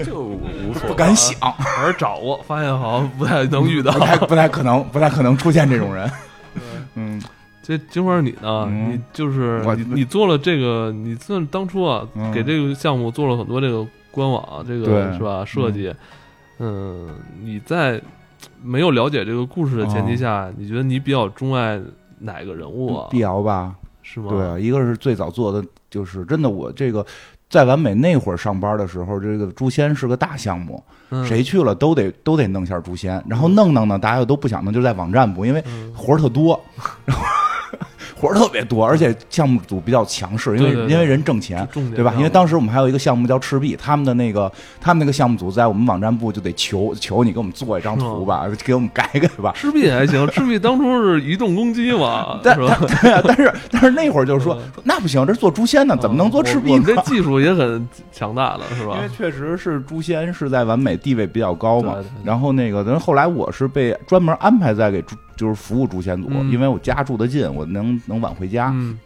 [SPEAKER 3] 就无所
[SPEAKER 2] 不敢想，
[SPEAKER 1] 还是找过，发现好像不太能遇到
[SPEAKER 2] 不。太不太可能，不太可能出现这种人。嗯，
[SPEAKER 1] 这金花你呢？
[SPEAKER 2] 嗯
[SPEAKER 1] 你就是
[SPEAKER 2] 我
[SPEAKER 1] 你你做了这个，你算当初啊，
[SPEAKER 2] 嗯
[SPEAKER 1] 给这个项目做了很多这个官网，啊这个
[SPEAKER 2] 对
[SPEAKER 1] 是吧？设计，嗯，你在没有了解这个故事的
[SPEAKER 2] 嗯
[SPEAKER 1] 前提下，你觉得你比较钟爱哪个人物啊？
[SPEAKER 2] 碧瑶吧，
[SPEAKER 1] 是吗？
[SPEAKER 2] 嗯对，啊一个是最早做的，就是真的我这个在完美那会儿上班的时候，这个诛仙是个大项目，
[SPEAKER 1] 嗯，
[SPEAKER 2] 谁去了都得都得弄下诛仙，然后弄弄呢，大家又都不想弄，就在网站部，因为
[SPEAKER 1] 嗯
[SPEAKER 2] 活儿特多，活儿特别多，而且项目组比较强势，因为
[SPEAKER 1] 对对对
[SPEAKER 2] 因为人挣钱。
[SPEAKER 1] 重点
[SPEAKER 2] 对吧？
[SPEAKER 1] 项目
[SPEAKER 2] 因为当时我们还有一个项目叫赤壁，他们的那个他们那个项目组在我们网站部就得求求你给我们做一张图吧，给我们改改吧。
[SPEAKER 1] 赤壁也还行，赤壁当初是移动攻击嘛，
[SPEAKER 2] 但
[SPEAKER 1] 是吧？
[SPEAKER 2] 对啊，但是但是那会儿就是说，那不行，这做诛仙呢，怎么能做赤
[SPEAKER 1] 我
[SPEAKER 2] 壁
[SPEAKER 1] 我们
[SPEAKER 2] 呢
[SPEAKER 1] 这？技术也很强大的， 是吧
[SPEAKER 2] 因为？确实是诛仙是在完美地位比较高嘛
[SPEAKER 1] 对对对，
[SPEAKER 2] 然后那个，然后后来我是被专门安排在给诛，就是服务诛仙组，
[SPEAKER 1] 嗯
[SPEAKER 2] 因为我家住得近，我能能晚回家。
[SPEAKER 1] 嗯，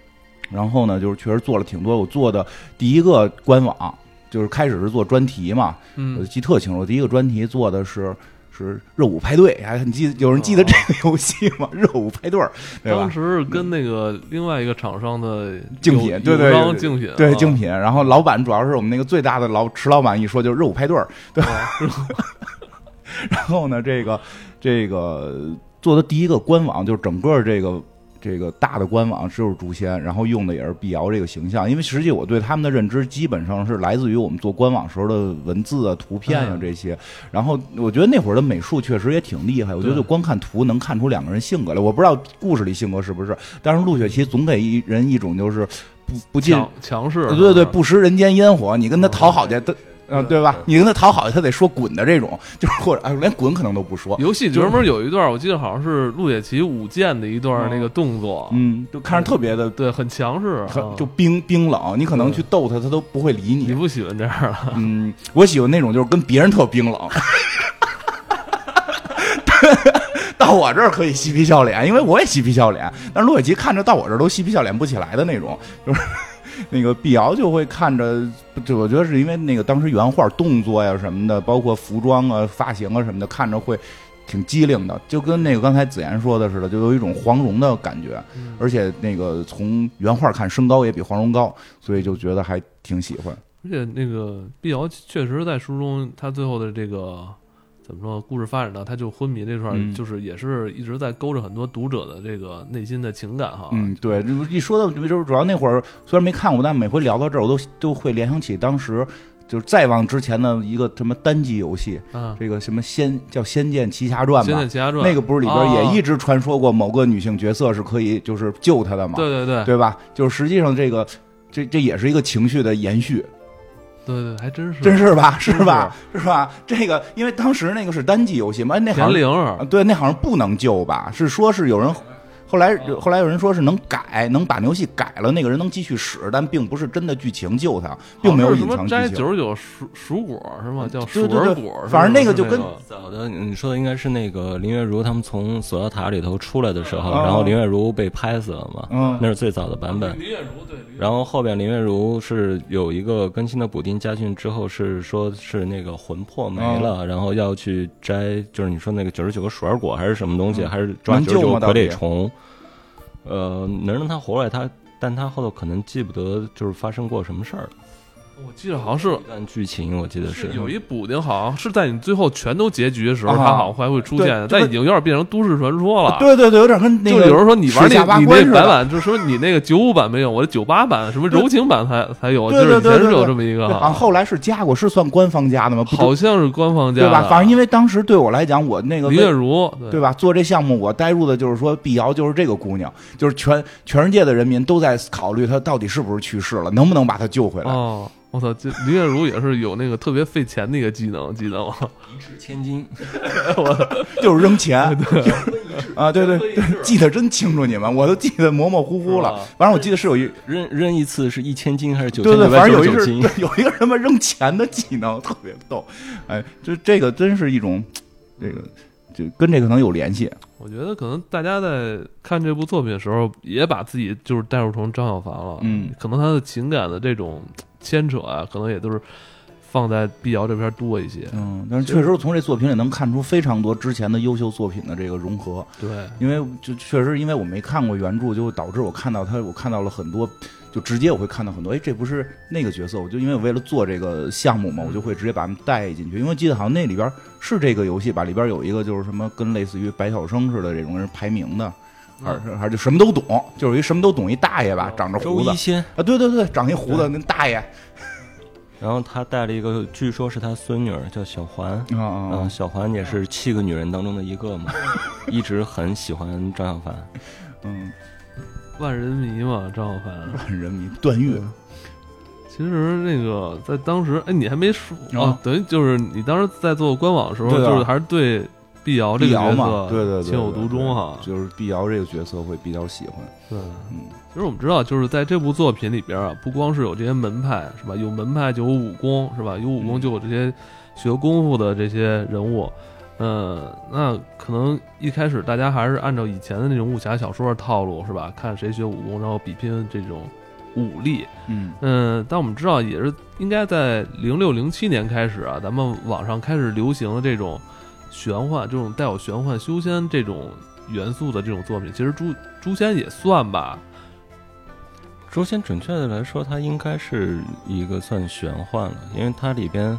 [SPEAKER 2] 然后呢，就是确实做了挺多，我做的第一个官网就是开始是做专题嘛，我
[SPEAKER 1] 嗯，
[SPEAKER 2] 记特清楚，第一个专题做的是是热舞派对，还你记有人记得这个游戏吗？ 热舞派对儿，对吧
[SPEAKER 1] 哦当？时是跟那个另外一个厂商的
[SPEAKER 2] 竞品
[SPEAKER 1] 友
[SPEAKER 2] 对对
[SPEAKER 1] 友
[SPEAKER 2] 对
[SPEAKER 1] 商
[SPEAKER 2] 对
[SPEAKER 1] 竞品，
[SPEAKER 2] 对
[SPEAKER 1] 啊
[SPEAKER 2] 精品，然后老板主要是我们那个最大的老池老板一说就是热舞派对儿，
[SPEAKER 1] 啊
[SPEAKER 2] 然后呢，这个这个做的第一个官网就是整个这个这个大的官网就是诛仙，然后用的也是碧瑶这个形象，因为实际我对他们的认知基本上是来自于我们做官网时候的文字啊、图片啊
[SPEAKER 1] 嗯
[SPEAKER 2] 这些。然后我觉得那会儿的美术确实也挺厉害，我觉得
[SPEAKER 1] 对
[SPEAKER 2] 就光看图能看出两个人性格来。我不知道故事里性格是不是，但是陆雪琪总给一人一种就是不不近
[SPEAKER 1] 强强势，啊
[SPEAKER 2] 对对对，
[SPEAKER 1] 是吧哦
[SPEAKER 2] 不食人间烟火，你跟他讨好去，他嗯，对吧
[SPEAKER 3] 对？
[SPEAKER 2] 你跟他讨好去，他得说滚的这种，就是或者哎，连滚可能都不说，
[SPEAKER 1] 游戏里专门有一段，我记得好像是陆野琪舞剑的一段那个动作，
[SPEAKER 2] 嗯，就看着特别的，
[SPEAKER 1] 对，很强势，
[SPEAKER 2] 很
[SPEAKER 1] 啊
[SPEAKER 2] 就冰冰冷，你可能去逗他，他都不会理
[SPEAKER 1] 你
[SPEAKER 2] 你。
[SPEAKER 1] 不喜欢这样了，
[SPEAKER 2] 嗯，我喜欢那种就是跟别人特冰冷。 到我这儿可以嬉皮笑脸，因为我也嬉皮笑脸，但是陆雪琪看着到我这儿都嬉皮笑脸不起来的那种， 就是那个碧瑶就会看着，就我觉得是因为那个当时原画动作呀什么的，包括服装啊、发型啊什么的，看着会挺机灵的，就跟那个刚才子妍说的似的，就有一种黄蓉的感觉，而且那个从原画看身高也比黄蓉高，所以就觉得还挺喜欢。
[SPEAKER 1] 而且那个碧瑶确实在书中，她最后的这个怎么说，故事发展到她就昏迷这块儿，
[SPEAKER 2] 嗯
[SPEAKER 1] 就是也是一直在勾着很多读者的这个内心的情感哈。
[SPEAKER 2] 嗯，对，就一说到就是主要那会儿虽然没看过，但每回聊到这儿，我都都会联想起当时就是再往之前的一个什么单机游戏，
[SPEAKER 1] 啊，
[SPEAKER 2] 这个什么仙叫《仙剑奇侠传》
[SPEAKER 1] 仙剑
[SPEAKER 2] 吧，
[SPEAKER 1] 奇侠传哦啊
[SPEAKER 2] 那个不是里边也一
[SPEAKER 1] 直、
[SPEAKER 2] 直传说过某个女性角色是可以就是救她的嘛，
[SPEAKER 1] 对对对
[SPEAKER 2] 对吧？就是实际上这个这这也是一个情绪的延续，
[SPEAKER 1] 对对，还真是
[SPEAKER 2] 真是吧？是
[SPEAKER 1] 真是
[SPEAKER 2] 吧？是吧？这个因为当时那个是单机游戏嘛，哎那好
[SPEAKER 1] 田
[SPEAKER 2] 像
[SPEAKER 1] 玲
[SPEAKER 2] 啊，
[SPEAKER 1] 儿，
[SPEAKER 2] 对，那好像不能救吧？是说是有人后来
[SPEAKER 1] 哦
[SPEAKER 2] 后来有人说是能改，能把那游戏改了，那个人能继续使，但并不是真的剧情救他，并没有
[SPEAKER 1] 好哦像是
[SPEAKER 2] 隐
[SPEAKER 1] 什
[SPEAKER 2] 藏
[SPEAKER 1] 么摘
[SPEAKER 2] 剧情。
[SPEAKER 1] 九十九熟熟果是吗？叫
[SPEAKER 2] 对
[SPEAKER 1] 熟
[SPEAKER 2] 对
[SPEAKER 1] 儿
[SPEAKER 2] 对
[SPEAKER 1] 果，
[SPEAKER 2] 反
[SPEAKER 1] 是不
[SPEAKER 2] 正
[SPEAKER 1] 是
[SPEAKER 2] 那个就跟
[SPEAKER 1] 个
[SPEAKER 3] 早的，你说的应该是那个林月如他们从索要塔里头出来的时候，
[SPEAKER 2] 哦
[SPEAKER 3] 然后林月如被拍死了嘛，
[SPEAKER 2] 嗯
[SPEAKER 3] 那是最早的版本。
[SPEAKER 1] 林月如对，林月
[SPEAKER 3] 然后后边林月如是有一个更新的补丁加进去之后，是说是那个魂魄没了，然后要去摘，就是你说那个九十九个鼠儿果还是什么东西，还是抓
[SPEAKER 2] 能
[SPEAKER 3] 九十
[SPEAKER 2] 救
[SPEAKER 3] 九
[SPEAKER 2] 吗
[SPEAKER 3] 个傀儡虫，呃，能让他活过来，他但他后头可能记不得就是发生过什么事儿了。
[SPEAKER 1] 如我记得好像是
[SPEAKER 3] 一段剧情我记得是
[SPEAKER 1] 有一补丁，好像是在你最后全都结局的时候，
[SPEAKER 2] 啊
[SPEAKER 1] 它好像还会出现
[SPEAKER 2] 对
[SPEAKER 1] 的，
[SPEAKER 2] 这
[SPEAKER 1] 但
[SPEAKER 2] 个
[SPEAKER 1] 已经有点变成都市传说了。
[SPEAKER 2] 呃对对对，有点跟那
[SPEAKER 1] 就
[SPEAKER 2] 个
[SPEAKER 1] 有人说你玩
[SPEAKER 2] 水下
[SPEAKER 1] 那
[SPEAKER 2] 八
[SPEAKER 1] 你
[SPEAKER 2] 关
[SPEAKER 1] 那
[SPEAKER 2] 似
[SPEAKER 1] 白
[SPEAKER 2] 的。
[SPEAKER 1] 板，就说你那个九五版没有，我这九八版什么
[SPEAKER 2] 对
[SPEAKER 1] 柔情版才才有，就
[SPEAKER 2] 对
[SPEAKER 1] 是
[SPEAKER 2] 对
[SPEAKER 1] 以前
[SPEAKER 2] 对对
[SPEAKER 1] 是有
[SPEAKER 2] 对，
[SPEAKER 1] 这么一个
[SPEAKER 2] 对好像
[SPEAKER 1] 哈，
[SPEAKER 2] 后来是加过，是算官方加的吗？不知
[SPEAKER 1] 好像是官方家
[SPEAKER 2] 对
[SPEAKER 1] 的
[SPEAKER 2] 吧？反正因为当时对我来讲，我那个
[SPEAKER 1] 林月如
[SPEAKER 2] 对吧？做这项目，我带入的就是说，碧瑶就是这个姑娘，就是全全世界的人民都在考虑她到底是不是去世了，能不能把她救回来。
[SPEAKER 1] 哦，我操，这林月如也是有那个特别费钱的一个技能，记得吗？
[SPEAKER 3] 千金，
[SPEAKER 2] 就是扔钱啊！对对对，记得真清楚，你们我都记得模模糊糊
[SPEAKER 1] 是
[SPEAKER 2] 了
[SPEAKER 1] 吧。
[SPEAKER 2] 反正我记得是有一
[SPEAKER 3] 扔扔一次是一千斤还是九
[SPEAKER 2] 对对，
[SPEAKER 3] 千九
[SPEAKER 2] 反
[SPEAKER 3] 百
[SPEAKER 2] 正
[SPEAKER 3] 九
[SPEAKER 2] 有
[SPEAKER 3] 十
[SPEAKER 2] 一
[SPEAKER 3] 九
[SPEAKER 2] 是
[SPEAKER 3] 斤？
[SPEAKER 2] 有一个什么扔钱的技能， 特别逗。哎，这这个真是一种这个。就跟这个可能有联系，
[SPEAKER 1] 我觉得可能大家在看这部作品的时候，也把自己就是代入成张小凡了。
[SPEAKER 2] 嗯，
[SPEAKER 1] 可能他的情感的这种牵扯啊，可能也都是放在碧瑶这边多一些。
[SPEAKER 2] 嗯，但是确实从这作品里能看出非常多之前的优秀作品的这个融合，
[SPEAKER 1] 对，
[SPEAKER 2] 因为就确实因为我没看过原著，就导致我看到他，我看到了很多，就直接我会看到很多，哎，这不是那个角色，我就因为我为了做这个项目嘛，我就会直接把他们带进去，因为我记得好像那里边是这个游戏吧，里边有一个就是什么跟类似于白晓生似的这种人排名的，还
[SPEAKER 1] 嗯
[SPEAKER 2] 是还是就什么都懂，就是一什么都懂一大爷
[SPEAKER 1] 哦
[SPEAKER 2] 吧，长着
[SPEAKER 3] 周
[SPEAKER 2] 胡子
[SPEAKER 3] 一仙，
[SPEAKER 2] 啊，对对对，长一胡子跟大爷
[SPEAKER 3] 然后他带了一个，据说是他孙女儿叫小环，
[SPEAKER 1] 嗯
[SPEAKER 2] 啊
[SPEAKER 3] 啊，
[SPEAKER 2] 啊
[SPEAKER 3] 小环也是七个女人当中的一个嘛，一直很喜欢张小凡。
[SPEAKER 2] 嗯，
[SPEAKER 1] 万人迷嘛，张小凡。
[SPEAKER 2] 万人迷段誉。
[SPEAKER 1] 嗯其实那个在当时，哎，你还没说啊
[SPEAKER 2] 啊，
[SPEAKER 1] 等于就是你当时在做官网的时候，
[SPEAKER 2] 对啊
[SPEAKER 1] 就是还是对碧瑶这
[SPEAKER 2] 碧
[SPEAKER 1] 个
[SPEAKER 2] 瑶
[SPEAKER 1] 角
[SPEAKER 2] 嘛
[SPEAKER 1] 色，
[SPEAKER 2] 对对对，
[SPEAKER 1] 情有独钟哈。
[SPEAKER 2] 就是碧瑶这个角色会比较喜欢，
[SPEAKER 1] 对，
[SPEAKER 2] 嗯，
[SPEAKER 1] 其实我们知道，就是在这部作品里边啊，不光是有这些门派是吧？有门派就有武功是吧？有武功就有这些学功夫的这些人物。呃，那可能一开始大家还是按照以前的那种武侠小说的套路是吧？看谁学武功，然后比拼这种武力。
[SPEAKER 2] 嗯，
[SPEAKER 1] 嗯，但我们知道也是应该在零六零七年开始啊，咱们网上开始流行的这种玄幻、这种带有玄幻修仙这种元素的这种作品，其实诛《诛仙》也算吧。
[SPEAKER 3] 周仙准确的来说，它应该是一个算玄幻了，因为它里边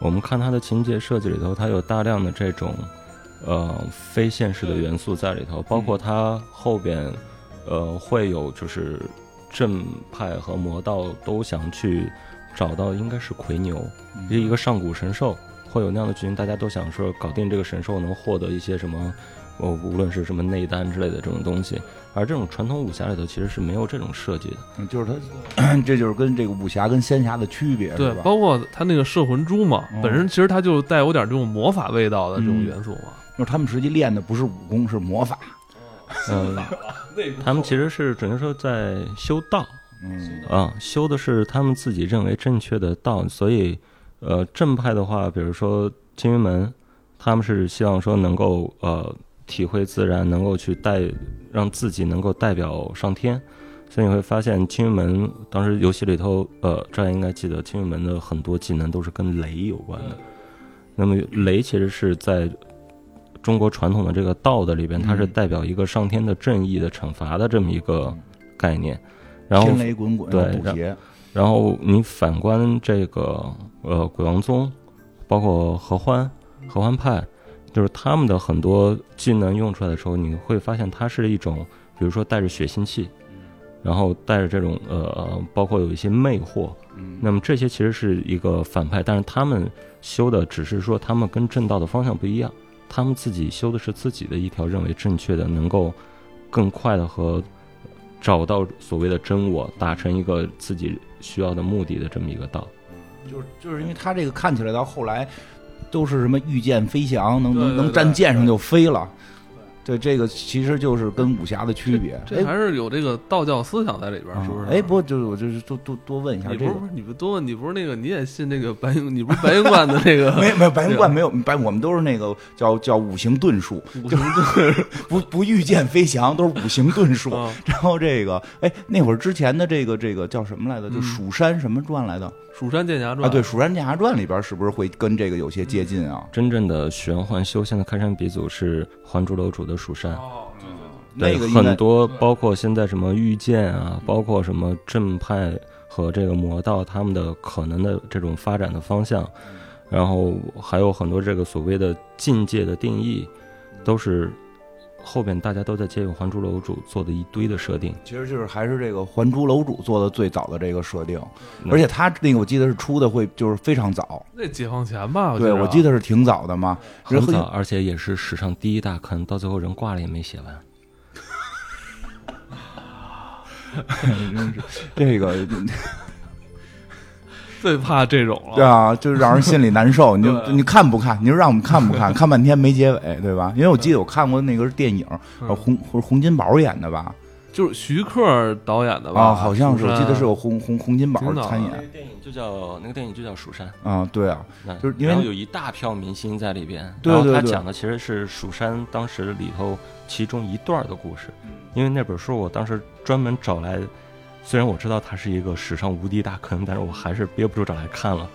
[SPEAKER 3] 我们看它的情节设计里头，它有大量的这种呃非现实的元素在里头，包括它后边呃会有就是正派和魔道都想去找到应该是魁牛，
[SPEAKER 2] 嗯
[SPEAKER 3] 一个上古神兽，会有那样的剧情，大家都想说搞定这个神兽能获得一些什么，呃，无论是什么内丹之类的这种东西。而这种传统武侠里头其实是没有这种设计的。
[SPEAKER 2] 嗯就是他， 这就是跟这个武侠跟仙侠的区别，
[SPEAKER 1] 对
[SPEAKER 2] 是，吧？
[SPEAKER 1] 包括他那个摄魂珠嘛，
[SPEAKER 2] 嗯
[SPEAKER 1] 本身其实它就带有点这种魔法味道的这种
[SPEAKER 2] 嗯
[SPEAKER 1] 元素嘛。
[SPEAKER 2] 就是他们实际练的不是武功，是魔法，
[SPEAKER 3] 嗯，他们其实是准确说在修道
[SPEAKER 2] 嗯
[SPEAKER 3] 啊，修的是他们自己认为正确的道。所以，呃，正派的话，比如说金云门，他们是希望说能够呃体会自然，能够去代让自己能够代表上天。所以你会发现，青云门当时游戏里头，呃，这应该记得，青云门的很多技能都是跟雷有关的。那么雷其实是在中国传统的这个道的里边，它是代表一个上天的正义的惩罚的这么一个概念。然后
[SPEAKER 2] 天雷滚滚，
[SPEAKER 3] 对
[SPEAKER 2] 补邪，
[SPEAKER 3] 然后你反观这个呃鬼王宗，包括合欢、合欢派，就是他们的很多技能用出来的时候，你会发现它是一种，比如说带着血腥气，然后带着这种呃，包括有一些魅惑，
[SPEAKER 2] 嗯
[SPEAKER 3] 那么这些其实是一个反派，但是他们修的只是说他们跟正道的方向不一样，他们自己修的是自己的一条认为正确的，能够更快的和找到所谓的真我，达成一个自己需要的目的的这么一个道。
[SPEAKER 2] 嗯就是就是因为他这个看起来到后来都是什么御剑飞翔，能
[SPEAKER 1] 对
[SPEAKER 2] 能
[SPEAKER 1] 对
[SPEAKER 2] 能
[SPEAKER 1] 对
[SPEAKER 2] 站剑上就飞了。对，这个其实就是跟武侠的区别。
[SPEAKER 1] 这还是有这个道教思想在里边，
[SPEAKER 2] 哎，
[SPEAKER 1] 是不是？
[SPEAKER 2] 哎，不，就是我就是多多多问一下，
[SPEAKER 1] 你
[SPEAKER 2] 这
[SPEAKER 1] 不
[SPEAKER 2] 个
[SPEAKER 1] 是你不多问，你不是那个你也信那个白 云，你不是白云观的那个
[SPEAKER 2] 没有没有白云
[SPEAKER 1] 对
[SPEAKER 2] 观没有白，我们都是那个叫叫五行遁术， 就是不不御剑飞翔，都是五行遁术。
[SPEAKER 1] 啊
[SPEAKER 2] 然后这个哎，那会儿之前的这个这个叫什么来着？就
[SPEAKER 1] 嗯
[SPEAKER 2] 《蜀山什么传》来的
[SPEAKER 1] 《蜀山剑侠传》
[SPEAKER 2] 啊？对，《蜀山剑侠传》里边是不是会跟这个有些接近啊？
[SPEAKER 3] 真正的玄幻修仙的开山鼻祖是《还珠楼主》的蜀山。
[SPEAKER 1] 哦，对对
[SPEAKER 3] 对
[SPEAKER 2] 那个应该
[SPEAKER 3] 很多，包括现在什么御剑啊，包括什么正派和这个魔道他们的可能的这种发展的方向，然后还有很多这个所谓的境界的定义，都是后边大家都在借用《还珠楼主》做的一堆的设定。
[SPEAKER 2] 其实就是还是这个《还珠楼主》做的最早的这个设定，
[SPEAKER 3] 嗯
[SPEAKER 2] 而且他那个我记得是出的会就是非常早，
[SPEAKER 1] 那解放前
[SPEAKER 3] 哦
[SPEAKER 1] 吧，
[SPEAKER 2] 对我
[SPEAKER 1] 我
[SPEAKER 2] 记
[SPEAKER 1] 得
[SPEAKER 2] 得是挺早的嘛。
[SPEAKER 3] 啊很
[SPEAKER 2] 然后
[SPEAKER 3] 早，而且也是史上第一大坑，到最后人挂了也没写完。
[SPEAKER 2] 这 个
[SPEAKER 1] 最怕这种了。
[SPEAKER 2] 对啊，就是让人心里难受。你就
[SPEAKER 1] 对
[SPEAKER 2] 你看不看？你说让我们看不看？看半天没结尾，对吧？因为我记得我看过那个是电影，呃，
[SPEAKER 1] 嗯
[SPEAKER 2] 洪洪洪金宝演的吧？
[SPEAKER 1] 就是徐克导演的吧？
[SPEAKER 2] 啊，好像是，
[SPEAKER 1] 蜀
[SPEAKER 2] 我
[SPEAKER 1] 山
[SPEAKER 2] 记得是有洪洪洪金宝
[SPEAKER 1] 挺早的啊
[SPEAKER 2] 参
[SPEAKER 1] 那
[SPEAKER 2] 演
[SPEAKER 3] 电影就叫那个电影就叫《蜀山》。
[SPEAKER 2] 啊，对啊，
[SPEAKER 3] 那
[SPEAKER 2] 就是因为
[SPEAKER 3] 然后有一大票明星在里边，
[SPEAKER 2] 对对
[SPEAKER 3] 然后他
[SPEAKER 2] 对
[SPEAKER 3] 讲的其实是蜀山当时里头其中一段的故事，因为那本书我当时专门找来，虽然我知道它是一个史上无敌大坑，但是我还是憋不住找来看了。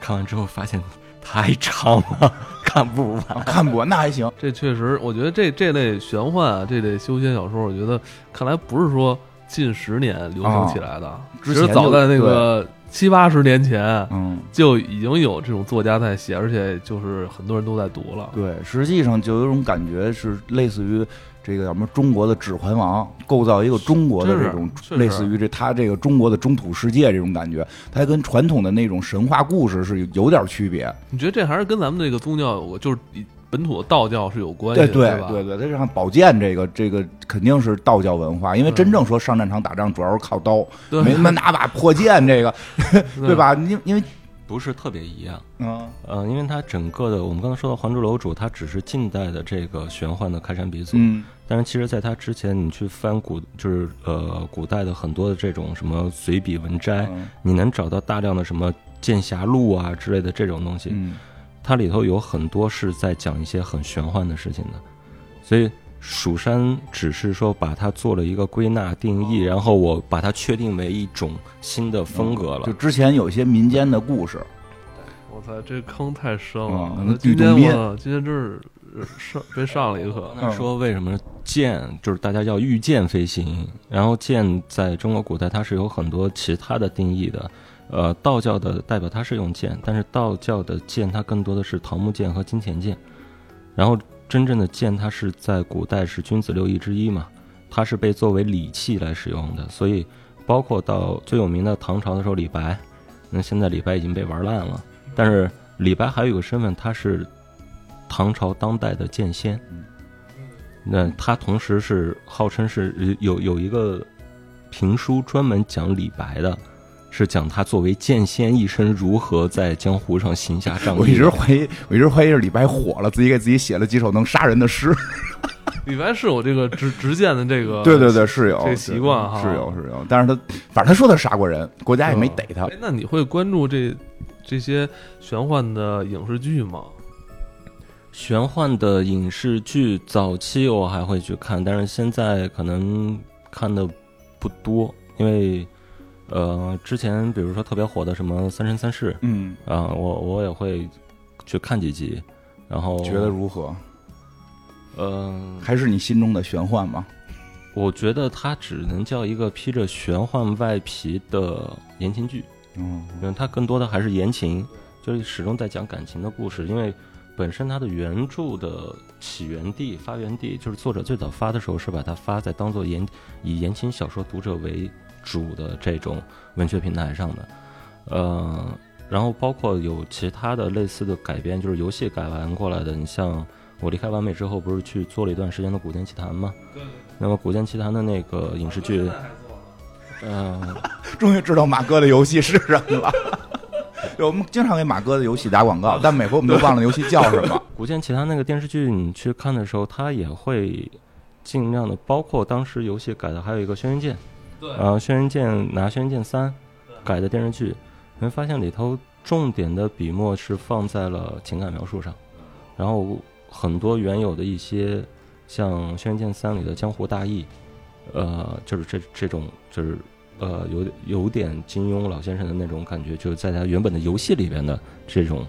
[SPEAKER 3] 看完之后发现太长了， 看不完。
[SPEAKER 2] 啊看不完那还 行，
[SPEAKER 1] 这确实，我觉得这这类玄幻啊，这类修仙小说，我觉得看来不是说近十年流行起来的，其
[SPEAKER 2] 啊之前
[SPEAKER 1] 实
[SPEAKER 2] 就
[SPEAKER 1] 早在那个七八十年前
[SPEAKER 2] 嗯。
[SPEAKER 1] 就已经有这种作家在写，而且就是很多人都在读了。
[SPEAKER 2] 对，实际上就有种感觉是类似于这个叫什么中国的《指环王》，构造一个中国的
[SPEAKER 1] 真是
[SPEAKER 2] 这种
[SPEAKER 1] 确实
[SPEAKER 2] 类似于这它这个中国的中土世界这种感觉，它跟传统的那种神话故事是有有点区别。
[SPEAKER 1] 你觉得这还是跟咱们这个宗教，我就是本土的道教是有关系
[SPEAKER 2] 对
[SPEAKER 1] 的，
[SPEAKER 2] 哎对
[SPEAKER 1] 吧？
[SPEAKER 2] 对对，它像宝剑这个这个肯定是道教文化，因为真正说上战场打仗主要是靠刀，
[SPEAKER 1] 对
[SPEAKER 2] 没他妈拿把破剑这个， 对？吧？因因为
[SPEAKER 3] 不是特别一样。
[SPEAKER 2] 嗯
[SPEAKER 3] 呃，因为它整个的，我们刚才说到《还珠楼主》，它只是近代的这个玄幻的开山鼻祖。
[SPEAKER 2] 嗯
[SPEAKER 3] 但是其实，在它之前，你去翻古，就是呃古代的很多的这种什么随笔文摘，
[SPEAKER 2] 嗯
[SPEAKER 3] 你能找到大量的什么剑侠录啊之类的这种东西。
[SPEAKER 2] 嗯，
[SPEAKER 3] 它里头有很多是在讲一些很玄幻的事情的，所以蜀山只是说把它做了一个归纳定
[SPEAKER 2] 哦
[SPEAKER 3] 义，然后我把它确定为一种新的风格了
[SPEAKER 2] 就。之前有一些民间的故事，
[SPEAKER 1] 我操，这坑太深了！
[SPEAKER 2] 嗯那
[SPEAKER 1] 今
[SPEAKER 2] 吕洞
[SPEAKER 1] 天
[SPEAKER 2] 宾
[SPEAKER 1] 我今天真是呃上被上了一课。
[SPEAKER 3] 那说为什么剑就是大家叫御剑飞行，然后剑在中国古代它是有很多其他的定义的。呃，道教的代表它是用剑，但是道教的剑它更多的是桃木剑和金钱剑，然后真正的剑它是在古代是君子六艺之一嘛，它是被作为礼器来使用的，所以包括到最有名的唐朝的时候李白，那现在李白已经被玩烂了，但是李白还有一个身份，他是唐朝当代的剑仙。
[SPEAKER 2] 嗯
[SPEAKER 3] 那他同时是号称是有有一个评书专门讲李白的，是讲他作为剑仙一生如何在江湖上行侠仗 义。
[SPEAKER 2] 我一直怀疑，我一直怀疑是李白火了，自己给自己写了几首能杀人的诗。
[SPEAKER 1] 李白是我这个直 直见的这个，
[SPEAKER 2] 对对对，是有
[SPEAKER 1] 呃这个习惯哈
[SPEAKER 2] 是有是有，但是他反正他说他杀过人，国家也没逮他
[SPEAKER 1] 哎。，那你会关注这这些玄幻的影视剧吗？
[SPEAKER 3] 玄幻的影视剧，早期我还会去看，但是现在可能看的不多，因为呃，之前比如说特别火的什么《三生三世》
[SPEAKER 2] 嗯，
[SPEAKER 3] 啊、我我也会去看几集，然后
[SPEAKER 2] 觉得如何？
[SPEAKER 3] 嗯。
[SPEAKER 2] 哦还是你心中的玄幻吗？
[SPEAKER 3] 我觉得它只能叫一个披着玄幻外皮的言情剧，
[SPEAKER 2] 嗯
[SPEAKER 3] 因为它更多的还是言情，就是始终在讲感情的故事。因为本身它的原著的起源地、发源地，就是作者最早发的时候是把它发在当做言以言情小说读者为主的这种文学平台上的，呃，然后包括有其他的类似的改编，就是游戏改完过来的。你像我离开完美之后，不是去做了一段时间的《古剑奇谭》吗？那么《古剑奇谭》的那个影视剧，嗯、
[SPEAKER 2] 终于知道马哥的游戏是什么 了。对我们经常给马哥的游戏打 广告，但每回我们都忘了游戏叫什么。
[SPEAKER 3] 《古剑奇谭》那个电视剧，你去看的时候，它也会尽量的，包括当时游戏改的，还有一个《轩辕剑》，
[SPEAKER 1] 对
[SPEAKER 3] 呃，《轩辕剑》拿《轩辕剑三》改的电视剧，你会发现里头重点的笔墨是放在了情感描述上，然后很多原有的一些像《轩辕剑三》里的江湖大义，呃，就是这这种就是呃有有点金庸老先生的那种感觉，就是在他原本的游戏里边的这种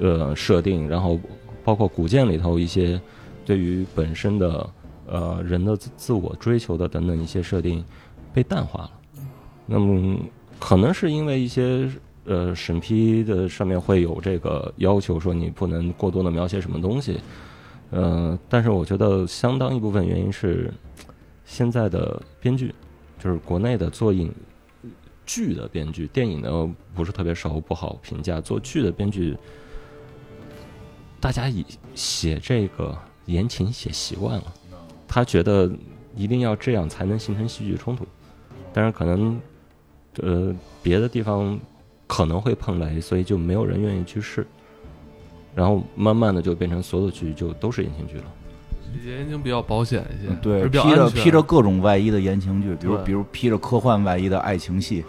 [SPEAKER 3] 呃设定，然后包括古剑里头一些对于本身的呃人的自自我追求的等等一些设定被淡化了。那么可能是因为一些呃审批的上面会有这个要求，说你不能过多的描写什么东西。呃，但是我觉得相当一部分原因是现在的编剧，就是国内的做影剧的编剧，电影呢不是特别熟，不好评价。做剧的编剧，大家以写这个言情写习惯了，他觉得一定要这样才能形成戏剧冲突。但是可能，呃，别的地方可能会碰雷，所以就没有人愿意去试。然后慢慢的就变成所有剧就都是言情剧了。
[SPEAKER 1] 言情比较保险一些，
[SPEAKER 2] 对，
[SPEAKER 1] 是比较
[SPEAKER 2] 披着
[SPEAKER 1] 安全。
[SPEAKER 2] 披着各种外衣的言情剧，比如
[SPEAKER 1] 对
[SPEAKER 2] 比如披着科幻外衣的爱情戏，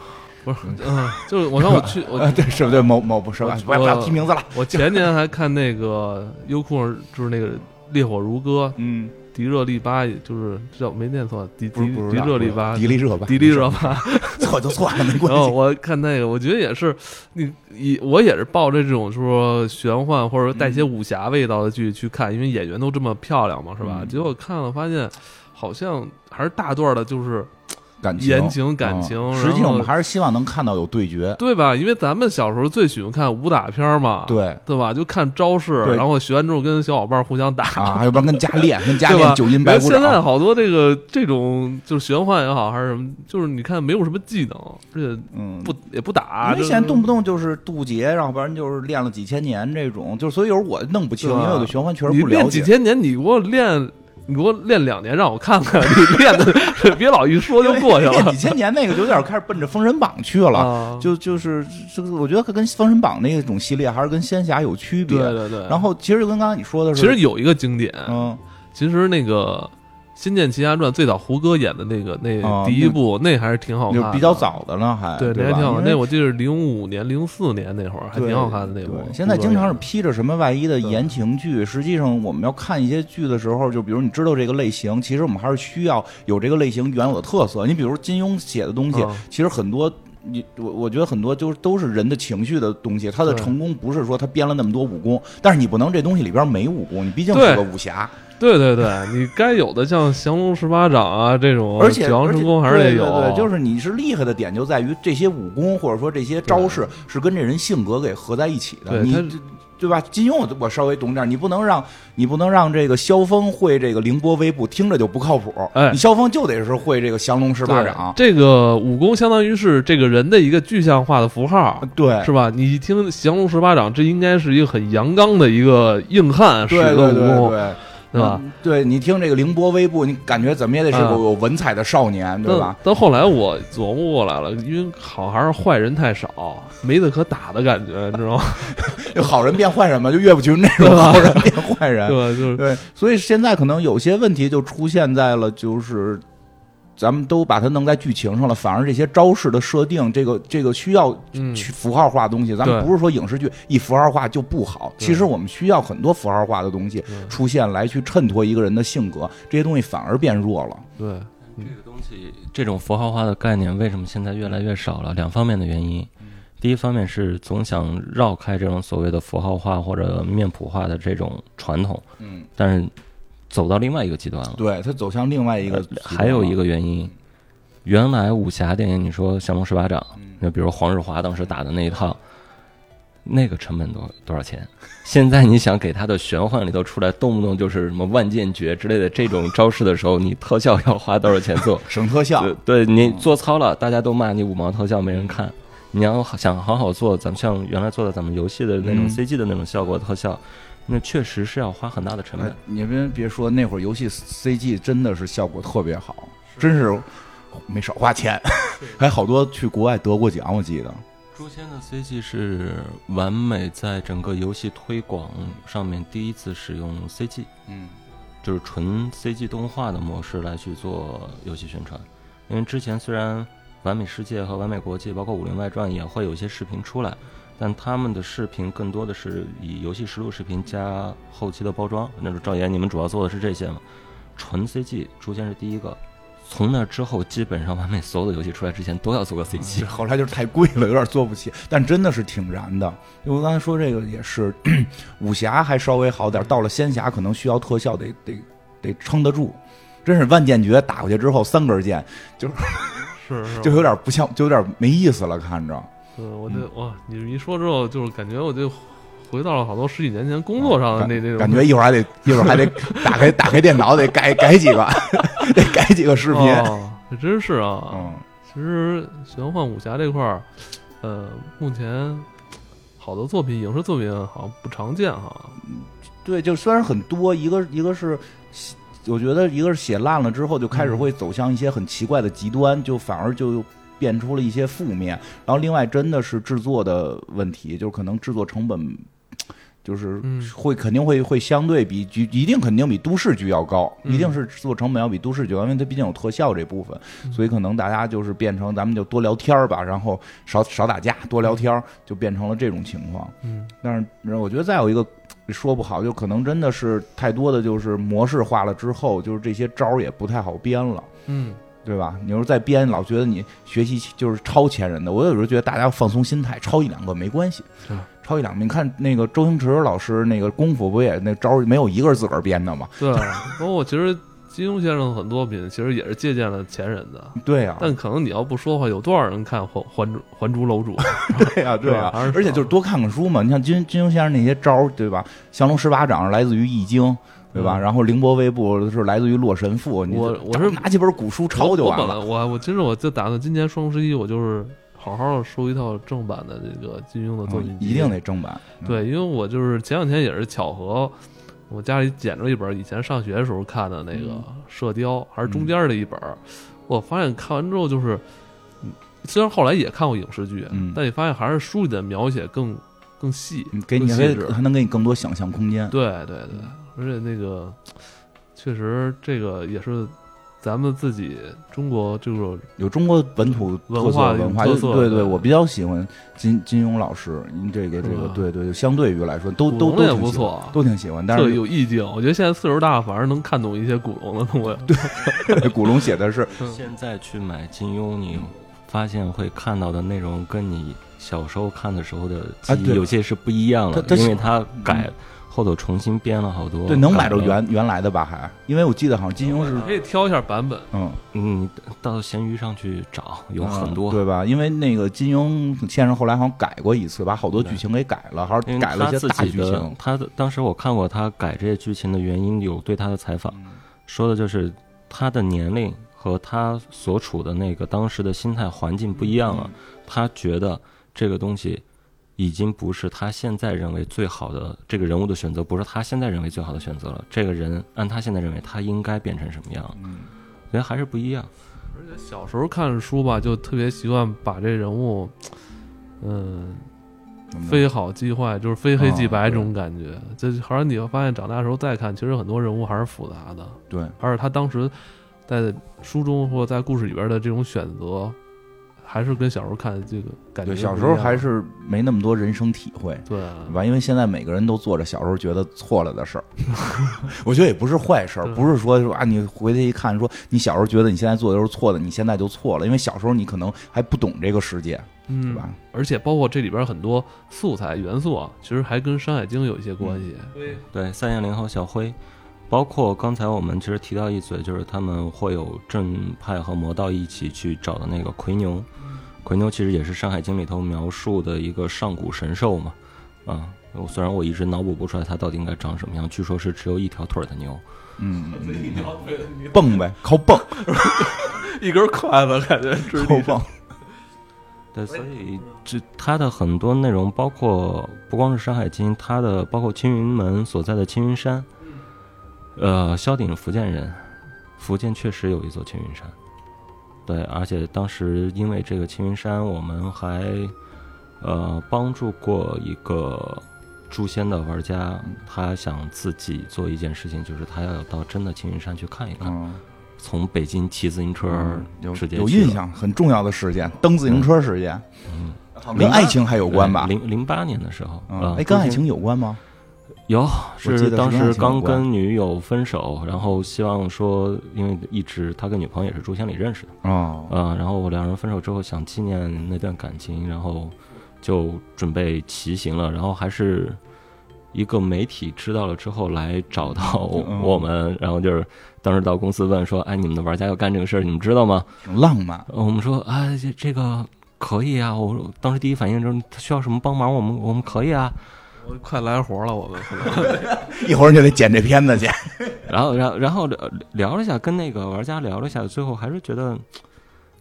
[SPEAKER 1] 不是， 嗯，就是我让我去我
[SPEAKER 2] 呃，对，是不对？某某不是吧？
[SPEAKER 1] 我
[SPEAKER 2] 不要不要提名字了。
[SPEAKER 1] 我前年还看那个优酷上就是那个《烈火如歌
[SPEAKER 2] 嗯，》，
[SPEAKER 1] 迪热利巴，就是这叫没念错，迪
[SPEAKER 2] 不
[SPEAKER 1] 迪
[SPEAKER 2] 是不是
[SPEAKER 1] 迪热利巴，
[SPEAKER 2] 迪丽热 巴，
[SPEAKER 1] 迪丽热巴。
[SPEAKER 2] 错就错了，没关
[SPEAKER 1] 然后
[SPEAKER 2] 系。
[SPEAKER 1] 哦我看那个，我觉得也是，你以我也是抱着这种说玄幻或者说带
[SPEAKER 2] 嗯
[SPEAKER 1] 一些武侠味道的剧去看，因为演员都这么漂亮嘛，是吧？
[SPEAKER 2] 嗯
[SPEAKER 1] 结果看了发现，好像还是大段的，就是
[SPEAKER 2] 感情，
[SPEAKER 1] 言情感
[SPEAKER 2] 嗯
[SPEAKER 1] 情
[SPEAKER 2] 实际
[SPEAKER 1] 然
[SPEAKER 2] 上
[SPEAKER 1] 后
[SPEAKER 2] 我们还是希望能看到有对决。
[SPEAKER 1] 对吧？因为咱们小时候最喜欢看武打片嘛，
[SPEAKER 2] 对
[SPEAKER 1] 对吧？就看招式，
[SPEAKER 2] 对
[SPEAKER 1] 然后学完之后跟小伙伴互相打，
[SPEAKER 2] 啊，要不然跟加练，跟加
[SPEAKER 1] 对吧
[SPEAKER 2] 练九阴白骨
[SPEAKER 1] 现在
[SPEAKER 2] 爪。
[SPEAKER 1] 好多这个这种就是玄幻也好还是什么，就是你看没有什么技能，而且
[SPEAKER 2] 嗯，
[SPEAKER 1] 不也不打，
[SPEAKER 2] 因为
[SPEAKER 1] 这
[SPEAKER 2] 现在动不动就是渡劫，要不然就是练了几千年这种，就是所以有时候我弄不清，
[SPEAKER 1] 对吧
[SPEAKER 2] 因为我对玄幻确实
[SPEAKER 1] 你
[SPEAKER 2] 不了
[SPEAKER 1] 练几
[SPEAKER 2] 解。
[SPEAKER 1] 千年，你给我练，你给我练两年，让我看看 你练的，别老一说就过去
[SPEAKER 2] 因为 练
[SPEAKER 1] 了
[SPEAKER 2] 几。千年那个就有点开始奔着封神榜去了，
[SPEAKER 1] 啊，
[SPEAKER 2] 就就是这个，我觉得跟封神榜那种系列还是跟仙侠有区别
[SPEAKER 1] 对。对对。
[SPEAKER 2] 然后其实就跟刚刚你说的是，
[SPEAKER 1] 其实有一个经典，
[SPEAKER 2] 嗯，
[SPEAKER 1] 其实那个《仙剑奇侠传》最早胡歌演的那个
[SPEAKER 2] 啊
[SPEAKER 1] 那第一部，那还是挺好看啊
[SPEAKER 2] 就
[SPEAKER 1] 的，
[SPEAKER 2] 比较。早的呢，还
[SPEAKER 1] 对，那还
[SPEAKER 2] 吧
[SPEAKER 1] 挺好看。
[SPEAKER 2] 因为
[SPEAKER 1] 那我记得是零五年、零四年那会儿，还
[SPEAKER 2] 对
[SPEAKER 1] 挺好看的那
[SPEAKER 2] 对
[SPEAKER 1] 部。
[SPEAKER 2] 现在经常是
[SPEAKER 1] 胡歌
[SPEAKER 2] 披着什么外衣的
[SPEAKER 1] 对
[SPEAKER 2] 言情剧，实际上我们要看一些剧的时候，就比如你知道这个类型，其实我们还是需要有这个类型原有的特色。你比如金庸写的东西，
[SPEAKER 1] 演的，
[SPEAKER 2] 其实很多。你我我觉得很多就是都是人的情绪的东西，他的
[SPEAKER 1] 对
[SPEAKER 2] 成功不是说他编了那么多武功，但是你不能这东西里边没武功，你毕竟
[SPEAKER 1] 对
[SPEAKER 2] 是个武侠，
[SPEAKER 1] 嗯对对对，你该有的像降龙十八掌啊这种，
[SPEAKER 2] 而且
[SPEAKER 1] 九阳
[SPEAKER 2] 而且
[SPEAKER 1] 神功还是得有。
[SPEAKER 2] 对对对，就是你是厉害的点就在于这些武功或者说这些招式是跟这人性格给合在一起的，
[SPEAKER 1] 对
[SPEAKER 2] 你
[SPEAKER 1] 他
[SPEAKER 2] 这对吧？金庸我我稍微懂点儿，你不能让你不能让这个萧峰会这个凌波微步，听着就不靠谱。
[SPEAKER 1] 哎
[SPEAKER 2] 你萧峰就得是会这个降龙十八
[SPEAKER 1] 对
[SPEAKER 2] 掌，
[SPEAKER 1] 这个武功相当于是这个人的一个具象化的符号，
[SPEAKER 2] 对
[SPEAKER 1] 是吧？你一听降龙十八掌，这应该是一个很阳刚的一个硬汉使
[SPEAKER 2] 对对
[SPEAKER 1] 的武
[SPEAKER 2] 对对
[SPEAKER 1] 功，
[SPEAKER 2] 对，
[SPEAKER 1] 对吧？
[SPEAKER 2] 嗯？对你听这个凌波微步，你感觉怎么也得是个
[SPEAKER 1] 嗯
[SPEAKER 2] 有文采的少年，对
[SPEAKER 1] 但
[SPEAKER 2] 吧？
[SPEAKER 1] 但后来我琢磨过来了，因为好像还是坏人太少，没得可打的感觉，你知道吗？
[SPEAKER 2] 就好人变坏人嘛，就岳不群那种
[SPEAKER 1] 对吧
[SPEAKER 2] 好人变坏人，
[SPEAKER 1] 对吧？ 就是
[SPEAKER 2] 对，所以现在可能有些问题就出现在了，就是咱们都把它弄在剧情上了，反而这些招式的设定，这个这个需要
[SPEAKER 1] 嗯，
[SPEAKER 2] 去符号化的东西，咱们
[SPEAKER 1] 对
[SPEAKER 2] 不是说影视剧一符号化就不好，
[SPEAKER 1] 对
[SPEAKER 2] 其实我们需要很多符号化的东西
[SPEAKER 1] 对
[SPEAKER 2] 出现来去衬托一个人的性格，这些东西反而变弱了。
[SPEAKER 1] 对，
[SPEAKER 3] 这个东西，这种符号化的概念，为什么现在越来越少了？两方面的原因。第一方面是总想绕开这种所谓的符号化或者面谱化的这种传统，
[SPEAKER 2] 嗯，
[SPEAKER 3] 但是走到另外一个极端了。
[SPEAKER 2] 对，它走向另外一个，
[SPEAKER 3] 呃还有一
[SPEAKER 2] 个，
[SPEAKER 3] 个原因，原来武侠电影你说《降龙十八掌》，
[SPEAKER 2] 嗯
[SPEAKER 3] 那比如黄日华当时打的那一套，那个成本多多少钱？ 现在你想给他的玄幻里头出来，动不动就是什么万剑诀之类的这种招式的时候，你特效要花多少钱 做？
[SPEAKER 2] 省特效，
[SPEAKER 3] 对，对
[SPEAKER 2] 嗯
[SPEAKER 3] 你做糙了，大家都骂你五毛特效没人看。你要好想好好做，咱们像原来做的咱们游戏的那种
[SPEAKER 2] 嗯
[SPEAKER 3] CG 的那种效果特效，那确实是要花很大的成
[SPEAKER 2] 哎
[SPEAKER 3] 本。
[SPEAKER 2] 你别别说，那会儿游戏 CG 真的是效果特别好，真是没少花钱，还好多去国外得过奖，我记得。
[SPEAKER 3] 诛仙的 CG 是完美在整个游戏推广上面第一次使用 CG，
[SPEAKER 2] 嗯
[SPEAKER 3] 就是纯 CG 动画的模式来去做游戏宣传。因为之前虽然完美世界和完美国际，包括《武林外传》也会有一些视频出来，但他们的视频更多的是以游戏实录视频加后期的包装。那种赵岩，你们主要做的是这些吗？纯 CG，诛仙是第一个。从那之后，基本上完美所有的游戏出来之前都要做个 CG
[SPEAKER 2] 是。后来就是太贵了，有点做不起，但真的是挺燃的。因为我刚才说这个也是，武侠还稍微好点，到了仙侠可能需要特效得得得撑得住。真是万剑诀打过去之后，三根剑
[SPEAKER 1] 是是。
[SPEAKER 2] 就有点不像，就有点没意思了，看着。
[SPEAKER 1] 对，我这哇，你一说之后，就是感觉我就回到了好多十几年前工作上的啊那那种
[SPEAKER 2] 嗯感觉一会儿还得一会儿还得打开打开电脑，得改改几个， 得改几个视频。
[SPEAKER 1] 哦，这真是啊，
[SPEAKER 2] 嗯，
[SPEAKER 1] 其实玄幻武侠这块儿，呃，目前好多作品，影视作品好像不常见哈。
[SPEAKER 2] 对，就虽然很多，一个一个是写，我觉得一个是写烂了之后就开
[SPEAKER 1] 嗯
[SPEAKER 2] 始会走向一些很奇怪的极端，就反而就变出了一些负面。然后另外真的是制作的问题，就是可能制作成本。就是
[SPEAKER 1] 嗯
[SPEAKER 2] 会肯定会会相对比剧一定肯定比都市剧要高，
[SPEAKER 1] 嗯
[SPEAKER 2] 一定是制作成本要比都市剧高，因为它毕竟有特效这部分，
[SPEAKER 1] 嗯
[SPEAKER 2] 所以可能大家就是变成咱们就多聊天儿吧，然后少少打架，多聊天儿，就变成了这种情况。
[SPEAKER 1] 嗯
[SPEAKER 2] 但是我觉得再有一个说不好，就可能真的是太多的就是模式化了之后，就是这些招儿也不太好编了。
[SPEAKER 1] 嗯
[SPEAKER 2] 对吧？你要是再编，老觉得你学习就是超前人的。我有时候觉得大家要放松心态，超一两个没关系
[SPEAKER 1] 是，
[SPEAKER 2] 超一两个。你看那个周星驰老师那个功夫不也那招儿没有一个是自个儿编的吗？
[SPEAKER 1] 对，包括其实金庸先生很多作品其实也是借鉴了前人的，
[SPEAKER 2] 对啊呀、
[SPEAKER 1] 但可能你要不说话，有多少人看《还还珠还珠楼主》
[SPEAKER 2] 对呀、对呀、啊
[SPEAKER 1] 还是少
[SPEAKER 2] 而且就是多看看书嘛。你像金金庸先生那些招儿，对吧？降龙十八掌是来自于《易经》，对吧？
[SPEAKER 1] 嗯
[SPEAKER 2] 然后凌波微步是来自于《洛神赋》你
[SPEAKER 1] 我
[SPEAKER 2] 就
[SPEAKER 1] 我是
[SPEAKER 2] 拿几本古书抄就
[SPEAKER 1] 我
[SPEAKER 2] 完
[SPEAKER 1] 本
[SPEAKER 2] 了
[SPEAKER 1] 来。我我其实我就打算今年双十一，我就是好好地收一套正版的这个金庸的作品
[SPEAKER 2] 嗯
[SPEAKER 1] 集，
[SPEAKER 2] 一定得正版。嗯，
[SPEAKER 1] 对，因为我就是前两天也是巧合，我家里捡着一本以前上学的时候看的那个《
[SPEAKER 2] 嗯
[SPEAKER 1] 射雕》，还是中
[SPEAKER 2] 嗯
[SPEAKER 1] 间的一本儿。我发现看完之后就是，嗯虽然后来也看过影视剧，
[SPEAKER 2] 嗯
[SPEAKER 1] 但你发现还是书里的描写更更细，
[SPEAKER 2] 嗯给你嗯
[SPEAKER 1] 更
[SPEAKER 2] 还
[SPEAKER 1] 细致。
[SPEAKER 2] 还能给你更多想象空间。
[SPEAKER 1] 对对对，而且那个确实这个也是咱们自己中国这种
[SPEAKER 2] 有中国本土特
[SPEAKER 1] 文
[SPEAKER 2] 色
[SPEAKER 1] 化
[SPEAKER 2] 文化，
[SPEAKER 1] 特色
[SPEAKER 2] 对
[SPEAKER 1] 对
[SPEAKER 2] 对，我比较喜欢金金庸老师，您这个这
[SPEAKER 1] 是
[SPEAKER 2] 个
[SPEAKER 1] 吧，
[SPEAKER 2] 对对，对相对于来说，都都
[SPEAKER 1] 古
[SPEAKER 2] 都
[SPEAKER 1] 龙也
[SPEAKER 2] 挺
[SPEAKER 1] 不
[SPEAKER 2] 喜欢
[SPEAKER 1] 错
[SPEAKER 2] 都挺喜欢。但
[SPEAKER 1] 特
[SPEAKER 2] 是
[SPEAKER 1] 有意境。我觉得现在岁数大，反而能看懂一些古龙的东西。
[SPEAKER 2] 古龙 写的是，
[SPEAKER 3] 现在去买金庸，你发现会看到的内容跟你小时候看的时候的记忆
[SPEAKER 2] 啊对
[SPEAKER 3] 有些是不一样
[SPEAKER 2] 它
[SPEAKER 3] 的，
[SPEAKER 2] 它是
[SPEAKER 3] 因为它改后头重新编了好多。
[SPEAKER 2] 对，能买着
[SPEAKER 3] 改了。
[SPEAKER 2] 原原来的吧？还，因为我记得好像金庸是，
[SPEAKER 1] 可以挑一下版本。
[SPEAKER 2] 嗯，
[SPEAKER 3] 嗯，到闲鱼上去找，有很多。
[SPEAKER 2] 嗯对吧？因为那个金庸先生后来好像改过一次，把好多
[SPEAKER 3] 对
[SPEAKER 2] 剧情给改了，还是
[SPEAKER 3] 因为
[SPEAKER 2] 改了
[SPEAKER 3] 他
[SPEAKER 2] 一些
[SPEAKER 3] 自
[SPEAKER 2] 大
[SPEAKER 3] 己
[SPEAKER 2] 剧
[SPEAKER 3] 的
[SPEAKER 2] 情，。
[SPEAKER 3] 他的当时我看过他改这些剧情的原因，有对他的采访，
[SPEAKER 2] 嗯
[SPEAKER 3] 说的就是他的年龄和他所处的那个当时的心态环境不一样了，
[SPEAKER 2] 嗯
[SPEAKER 3] 他觉得这个东西已经不是他现在认为最好的这个人物的选择，不是他现在认为最好的选择了。这个人按他现在认为他应该变成什么样，
[SPEAKER 2] 嗯，
[SPEAKER 3] 所以还是不一样。
[SPEAKER 1] 而且小时候看书吧，就特别习惯把这人物，嗯，
[SPEAKER 2] 嗯
[SPEAKER 1] 非好即坏，就是非黑即白
[SPEAKER 2] 啊
[SPEAKER 1] 这种感觉。这好像你会发现，长大的时候再看，其实很多人物还是复杂的，
[SPEAKER 2] 对，
[SPEAKER 1] 而且他当时在书中或者在故事里边的这种选择，还是跟小时候看的这个感觉
[SPEAKER 2] 对，
[SPEAKER 1] 不一
[SPEAKER 2] 小
[SPEAKER 1] 样
[SPEAKER 2] 时候还是没那么多人生体会，
[SPEAKER 1] 对啊
[SPEAKER 3] 嗯
[SPEAKER 2] 对吧？因为现在每个人都做着小时候觉得错了的事儿， 我觉得也不是坏事儿，
[SPEAKER 1] 对
[SPEAKER 2] 不是说说啊，你回去一看，说你小时候觉得你现在做的都是错的，你现在就错了，因为小时候你可能还不懂这个世界，对
[SPEAKER 1] 嗯，
[SPEAKER 2] 吧？
[SPEAKER 1] 而且包括这里边很多素材元素啊，其实还跟《山海经》有一些关系。对，
[SPEAKER 3] 对，三燕零和小辉，包括刚才我们其实提到一嘴，就是他们会有正派和魔道一起去找的那个夔牛，夔牛其实也是《山海经》里头描述的一个上古神兽嘛，啊、我虽然我一直脑补不出来它到底应该长什么样，据说是只有一条腿儿的牛，
[SPEAKER 2] 嗯， 蹦呗，靠蹦，
[SPEAKER 1] 一根筷子感觉是
[SPEAKER 2] 靠 蹦，
[SPEAKER 3] 对，
[SPEAKER 2] 哎
[SPEAKER 3] 所以这它的很多内容，包括不光是《山海经》，它的包括青云门所在的青云山，
[SPEAKER 2] 嗯
[SPEAKER 3] 呃，萧鼎是福建人，福建确实有一座青云山，对，而且当时因为这个青云山，我们还呃帮助过一个诛仙的玩家，他想自己做一件事情，就是他要到真的青云山去看一看，
[SPEAKER 2] 嗯，
[SPEAKER 3] 从北京骑自行车
[SPEAKER 2] 有
[SPEAKER 3] 直接
[SPEAKER 2] 有
[SPEAKER 3] 去
[SPEAKER 2] 印
[SPEAKER 3] 了
[SPEAKER 2] 象，很重要的事件，蹬自行车事件，好跟
[SPEAKER 3] 08
[SPEAKER 2] 爱情还有关吧？
[SPEAKER 3] 哎零零八年的时候，
[SPEAKER 2] 嗯
[SPEAKER 3] 呃
[SPEAKER 2] 哎，跟爱
[SPEAKER 3] 诛仙
[SPEAKER 2] 情有关吗？
[SPEAKER 3] 有，
[SPEAKER 2] 我记
[SPEAKER 3] 是
[SPEAKER 2] 得
[SPEAKER 3] 当
[SPEAKER 2] 是跟爱
[SPEAKER 3] 时
[SPEAKER 2] 情有
[SPEAKER 3] 刚
[SPEAKER 2] 关
[SPEAKER 3] 跟女友分手，然后希望说，因为一直他跟女朋友也是诛仙里认识的，
[SPEAKER 2] 哦，
[SPEAKER 3] 嗯，然后两人分手之后想纪念那段感情，然后就准备骑行了，然后还是一个媒体知道了之后来找到
[SPEAKER 2] 嗯
[SPEAKER 3] 我们，然后就是当时到公司问说，哎，你们的玩家要干这个事儿，你们知道吗？
[SPEAKER 2] 挺浪漫，
[SPEAKER 3] 呃我们说啊、这这个可以啊，我当时第一反应就是他需要什么帮忙，我们我们可以啊，
[SPEAKER 1] 我快来活了，我们。
[SPEAKER 2] 一会儿你就得剪这片子 去，
[SPEAKER 3] 然后，然后，然后聊聊了一下，跟那个玩家聊了一下，最后还是觉得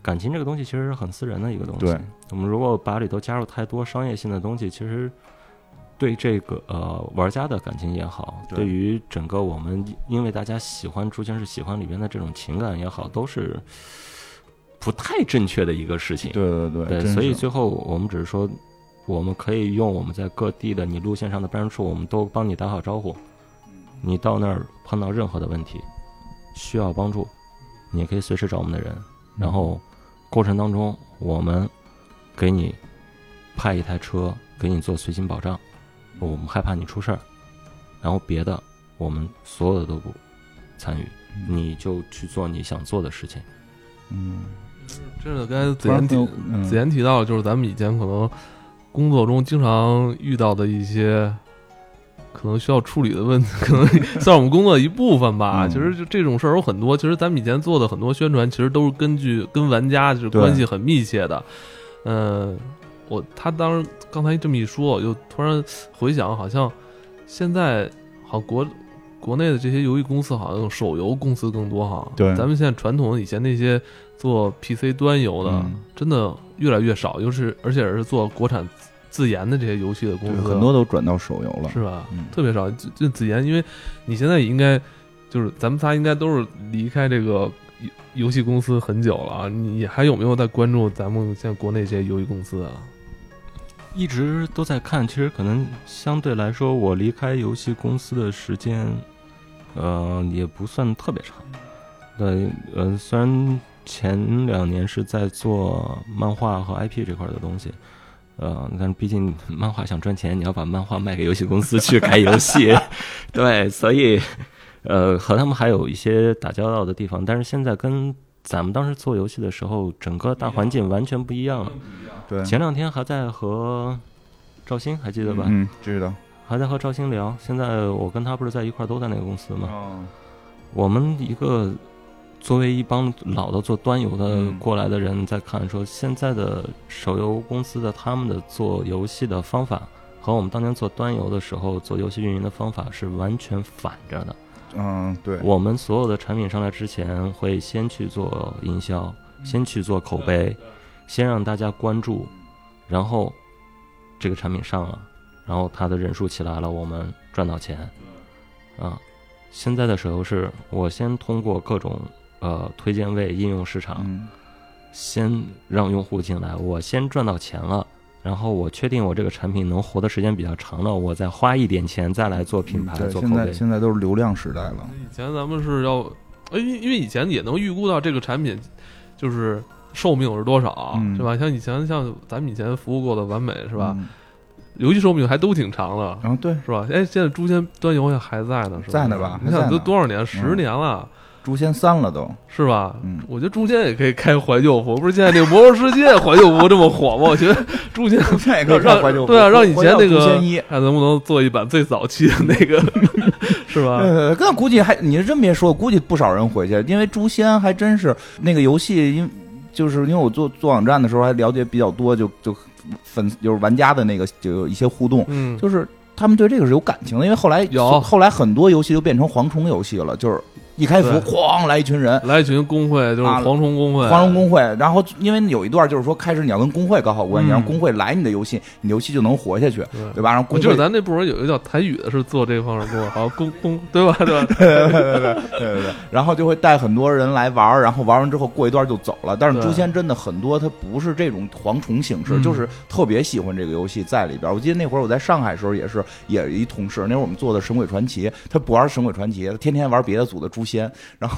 [SPEAKER 3] 感情这个东西其实是很私人的一个东西。
[SPEAKER 2] 对，
[SPEAKER 3] 我们如果把里头加入太多商业性的东西，其实对这个呃玩家的感情也好，
[SPEAKER 2] 对
[SPEAKER 3] 对于整个我们因为大家喜欢《诛仙》是喜欢里边的这种情感也好，都是不太正确的一个事情。
[SPEAKER 2] 对对
[SPEAKER 3] 对，
[SPEAKER 2] 真
[SPEAKER 3] 所以
[SPEAKER 2] 是
[SPEAKER 3] 最后我们只是说，我们可以用我们在各地的你路线上的办事处，我们都帮你打好招呼。你到那儿碰到任何的问题，需要帮助，你也可以随时找我们的人。
[SPEAKER 2] 嗯
[SPEAKER 3] 然后过程当中，我们给你派一台车，给你做随行保障，我们害怕你出事儿。然后别的，我们所有的都不参与，你就去做你想做的事情。
[SPEAKER 2] 嗯，
[SPEAKER 1] 真的刚才子
[SPEAKER 2] 突然
[SPEAKER 1] 妍
[SPEAKER 2] 很
[SPEAKER 1] 提
[SPEAKER 2] 有嗯
[SPEAKER 1] 子妍提到，就是咱们以前可能工作中经常遇到的一些可能需要处理的问题，可 能算我们工作的一部分吧。
[SPEAKER 2] 嗯
[SPEAKER 1] 其实就这种事儿有很多，其实咱们以前做的很多宣传，其实都是根据跟玩家就是
[SPEAKER 2] 对
[SPEAKER 1] 关系很密切的。嗯，我他当时刚才这么一说，我就突然回想，好像现在好像国。国内的这些游戏公司好像手游公司更多哈，
[SPEAKER 2] 对
[SPEAKER 1] 咱们现在传统以前那些做 PC 端游的，
[SPEAKER 2] 嗯
[SPEAKER 1] 真的越来越少，就是而且是做国产自自研的这些游戏的公
[SPEAKER 2] 对，
[SPEAKER 1] 司，
[SPEAKER 2] 很多都转到手游了。
[SPEAKER 1] 是吧？
[SPEAKER 2] 嗯
[SPEAKER 1] 特别少。就就子妍，因为你现在也应该就是咱们仨应该都是离开这个游游戏公司很久了啊，你还有没有在关注咱们现在国内这些游戏公司啊？
[SPEAKER 3] 一直都在看，其实可能相对来说，我离开游戏公司的时间，呃，也不算特别长。对，呃，虽然前两年是在做漫画和 IP 这块的东西，呃，但是毕竟漫画想赚钱，你要把漫画卖给游戏公司去改游戏，对，所以，呃，和他们还有一些打交道的地方，但是现在跟咱们当时做游戏的时候，整个大环境完全不一样了。
[SPEAKER 2] 对，
[SPEAKER 3] 前两天还在和赵鑫，还记得吧？
[SPEAKER 2] 嗯，知道。
[SPEAKER 3] 还在和赵鑫聊。现在我跟他不是在一块儿，都在那个公司吗？
[SPEAKER 2] 哦，
[SPEAKER 3] 我们一个作为一帮老的做端游的
[SPEAKER 2] 嗯
[SPEAKER 3] 过来的人，在看说现在的手游公司的他们的做游戏的方法。和我们当年做端游的时候，做游戏运营的方法是完全反着的。
[SPEAKER 2] 嗯，对，
[SPEAKER 3] 我们所有的产品上来之前，会先去做营销，
[SPEAKER 2] 嗯
[SPEAKER 3] 先去做口碑，先让大家关注，然后这个产品上了，然后它的人数起来了，我们赚到钱，
[SPEAKER 2] 嗯
[SPEAKER 3] 啊，现在的手游是我先通过各种呃推荐位、应用市场，
[SPEAKER 2] 嗯，
[SPEAKER 3] 先让用户进来，我先赚到钱了。然后我确定我这个产品能活的时间比较长了，我再花一点钱再来做品牌、
[SPEAKER 2] 嗯对，
[SPEAKER 3] 做
[SPEAKER 2] 现
[SPEAKER 3] 口
[SPEAKER 2] 在
[SPEAKER 3] 碑。
[SPEAKER 2] 现在都是流量时代了。
[SPEAKER 1] 以前咱们是要，哎因因为以前也能预估到这个产品就是寿命是多少，啊
[SPEAKER 2] 嗯
[SPEAKER 1] 是吧？像以前像咱们以前服务过的完美是吧？
[SPEAKER 2] 嗯？
[SPEAKER 1] 游戏寿命还都挺长的，
[SPEAKER 2] 然后对，
[SPEAKER 1] 是吧？哎，现在诛仙端游还在呢，是吧？
[SPEAKER 2] 在呢吧
[SPEAKER 1] 你
[SPEAKER 2] 还在
[SPEAKER 1] 想
[SPEAKER 2] 呢
[SPEAKER 1] 都多少年？十年了，
[SPEAKER 2] 诛仙三了 都，
[SPEAKER 1] 是吧？
[SPEAKER 2] 嗯
[SPEAKER 1] 我觉得诛仙也可以开怀旧服，不是现在这个魔兽世界 怀旧服这么火吗？我觉得诛仙
[SPEAKER 2] 现在也
[SPEAKER 1] 让让对啊，让以前那
[SPEAKER 2] 诛
[SPEAKER 1] 个
[SPEAKER 2] 仙一。
[SPEAKER 1] 看能不能做一版最早期的那个， 是吧？
[SPEAKER 2] 呃，那估计还你是真别说，估计不少人回去，因为《诛仙》还真是那个游戏，因就是因为我做做网站的时候还了解比较多，就就粉就是玩家的那个就有一些互动，
[SPEAKER 1] 嗯，
[SPEAKER 2] 就是他们对这个是有感情的，因为后来
[SPEAKER 1] 有
[SPEAKER 2] 后来很多游戏就变成蝗虫游戏了，就是一开服
[SPEAKER 1] 对
[SPEAKER 2] 哐来一群人。
[SPEAKER 1] 来一群工会，就是
[SPEAKER 2] 啊
[SPEAKER 1] 蝗虫工会，
[SPEAKER 2] 蝗虫工会，然后因为有一段就是说，开始你要跟工会搞好关系，
[SPEAKER 1] 嗯
[SPEAKER 2] 让工会来你的游戏，你的游戏就能活下去，
[SPEAKER 1] 对
[SPEAKER 2] 对吧？然后
[SPEAKER 1] 我
[SPEAKER 2] 工
[SPEAKER 1] 记得
[SPEAKER 2] 会
[SPEAKER 1] 咱那部门有一个叫谭宇的，是做这方面工作，好像工工对吧？对吧？
[SPEAKER 2] 对对对，然后就会带很多人来玩儿，然后玩完之后过一段就走了。但是
[SPEAKER 1] 对
[SPEAKER 2] 诛仙真的很多，它不是这种蝗虫形式，
[SPEAKER 1] 嗯
[SPEAKER 2] 就是特别喜欢这个游戏在里边儿。我记得那会儿我在上海时候也是，也有一同事，那会儿我们做的《神鬼传奇》，他不玩《神鬼传奇》，他天天玩别的组的诛仙， 然后。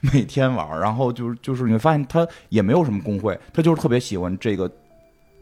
[SPEAKER 2] 每天玩儿，然后就是就是你会发现他也没有什么工会，他就是特别喜欢这个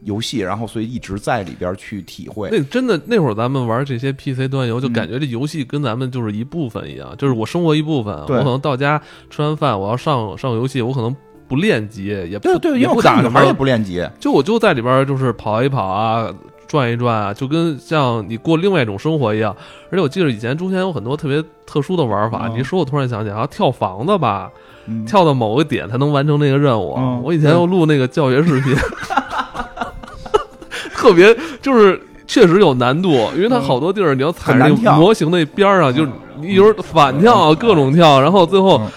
[SPEAKER 2] 游戏，然后所以一直在里边儿去体会。
[SPEAKER 1] 那真的那会儿咱们玩这些 PC 端游，就
[SPEAKER 2] 嗯
[SPEAKER 1] 感觉这游戏跟咱们就是一部分一样，就是我生活一部分。我
[SPEAKER 2] 对
[SPEAKER 1] 可能到家吃完饭，我要上上游戏，我可能不练级，也不
[SPEAKER 2] 对对，因
[SPEAKER 1] 也
[SPEAKER 2] 为我
[SPEAKER 1] 不
[SPEAKER 2] 看
[SPEAKER 1] 打
[SPEAKER 2] 女
[SPEAKER 1] 什
[SPEAKER 2] 孩儿也
[SPEAKER 1] 么，
[SPEAKER 2] 不练级，
[SPEAKER 1] 就我就在里边儿就是跑一跑啊。转一转啊，就跟像你过另外一种生活一样。而且我记得以前中间有很多特别特殊的玩法，
[SPEAKER 2] 嗯
[SPEAKER 1] 你一说我突然想起来，好像跳房子吧，
[SPEAKER 2] 嗯
[SPEAKER 1] 跳到某个点才能完成那个任务。啊
[SPEAKER 2] 嗯
[SPEAKER 1] 我以前要录那个教学视频， 特别就是确实有难度，因为它好多地儿你要踩着
[SPEAKER 2] 很
[SPEAKER 1] 那
[SPEAKER 2] 难跳
[SPEAKER 1] 模型那边儿上，就是你有时候反跳啊，各种跳，然后最后
[SPEAKER 2] 嗯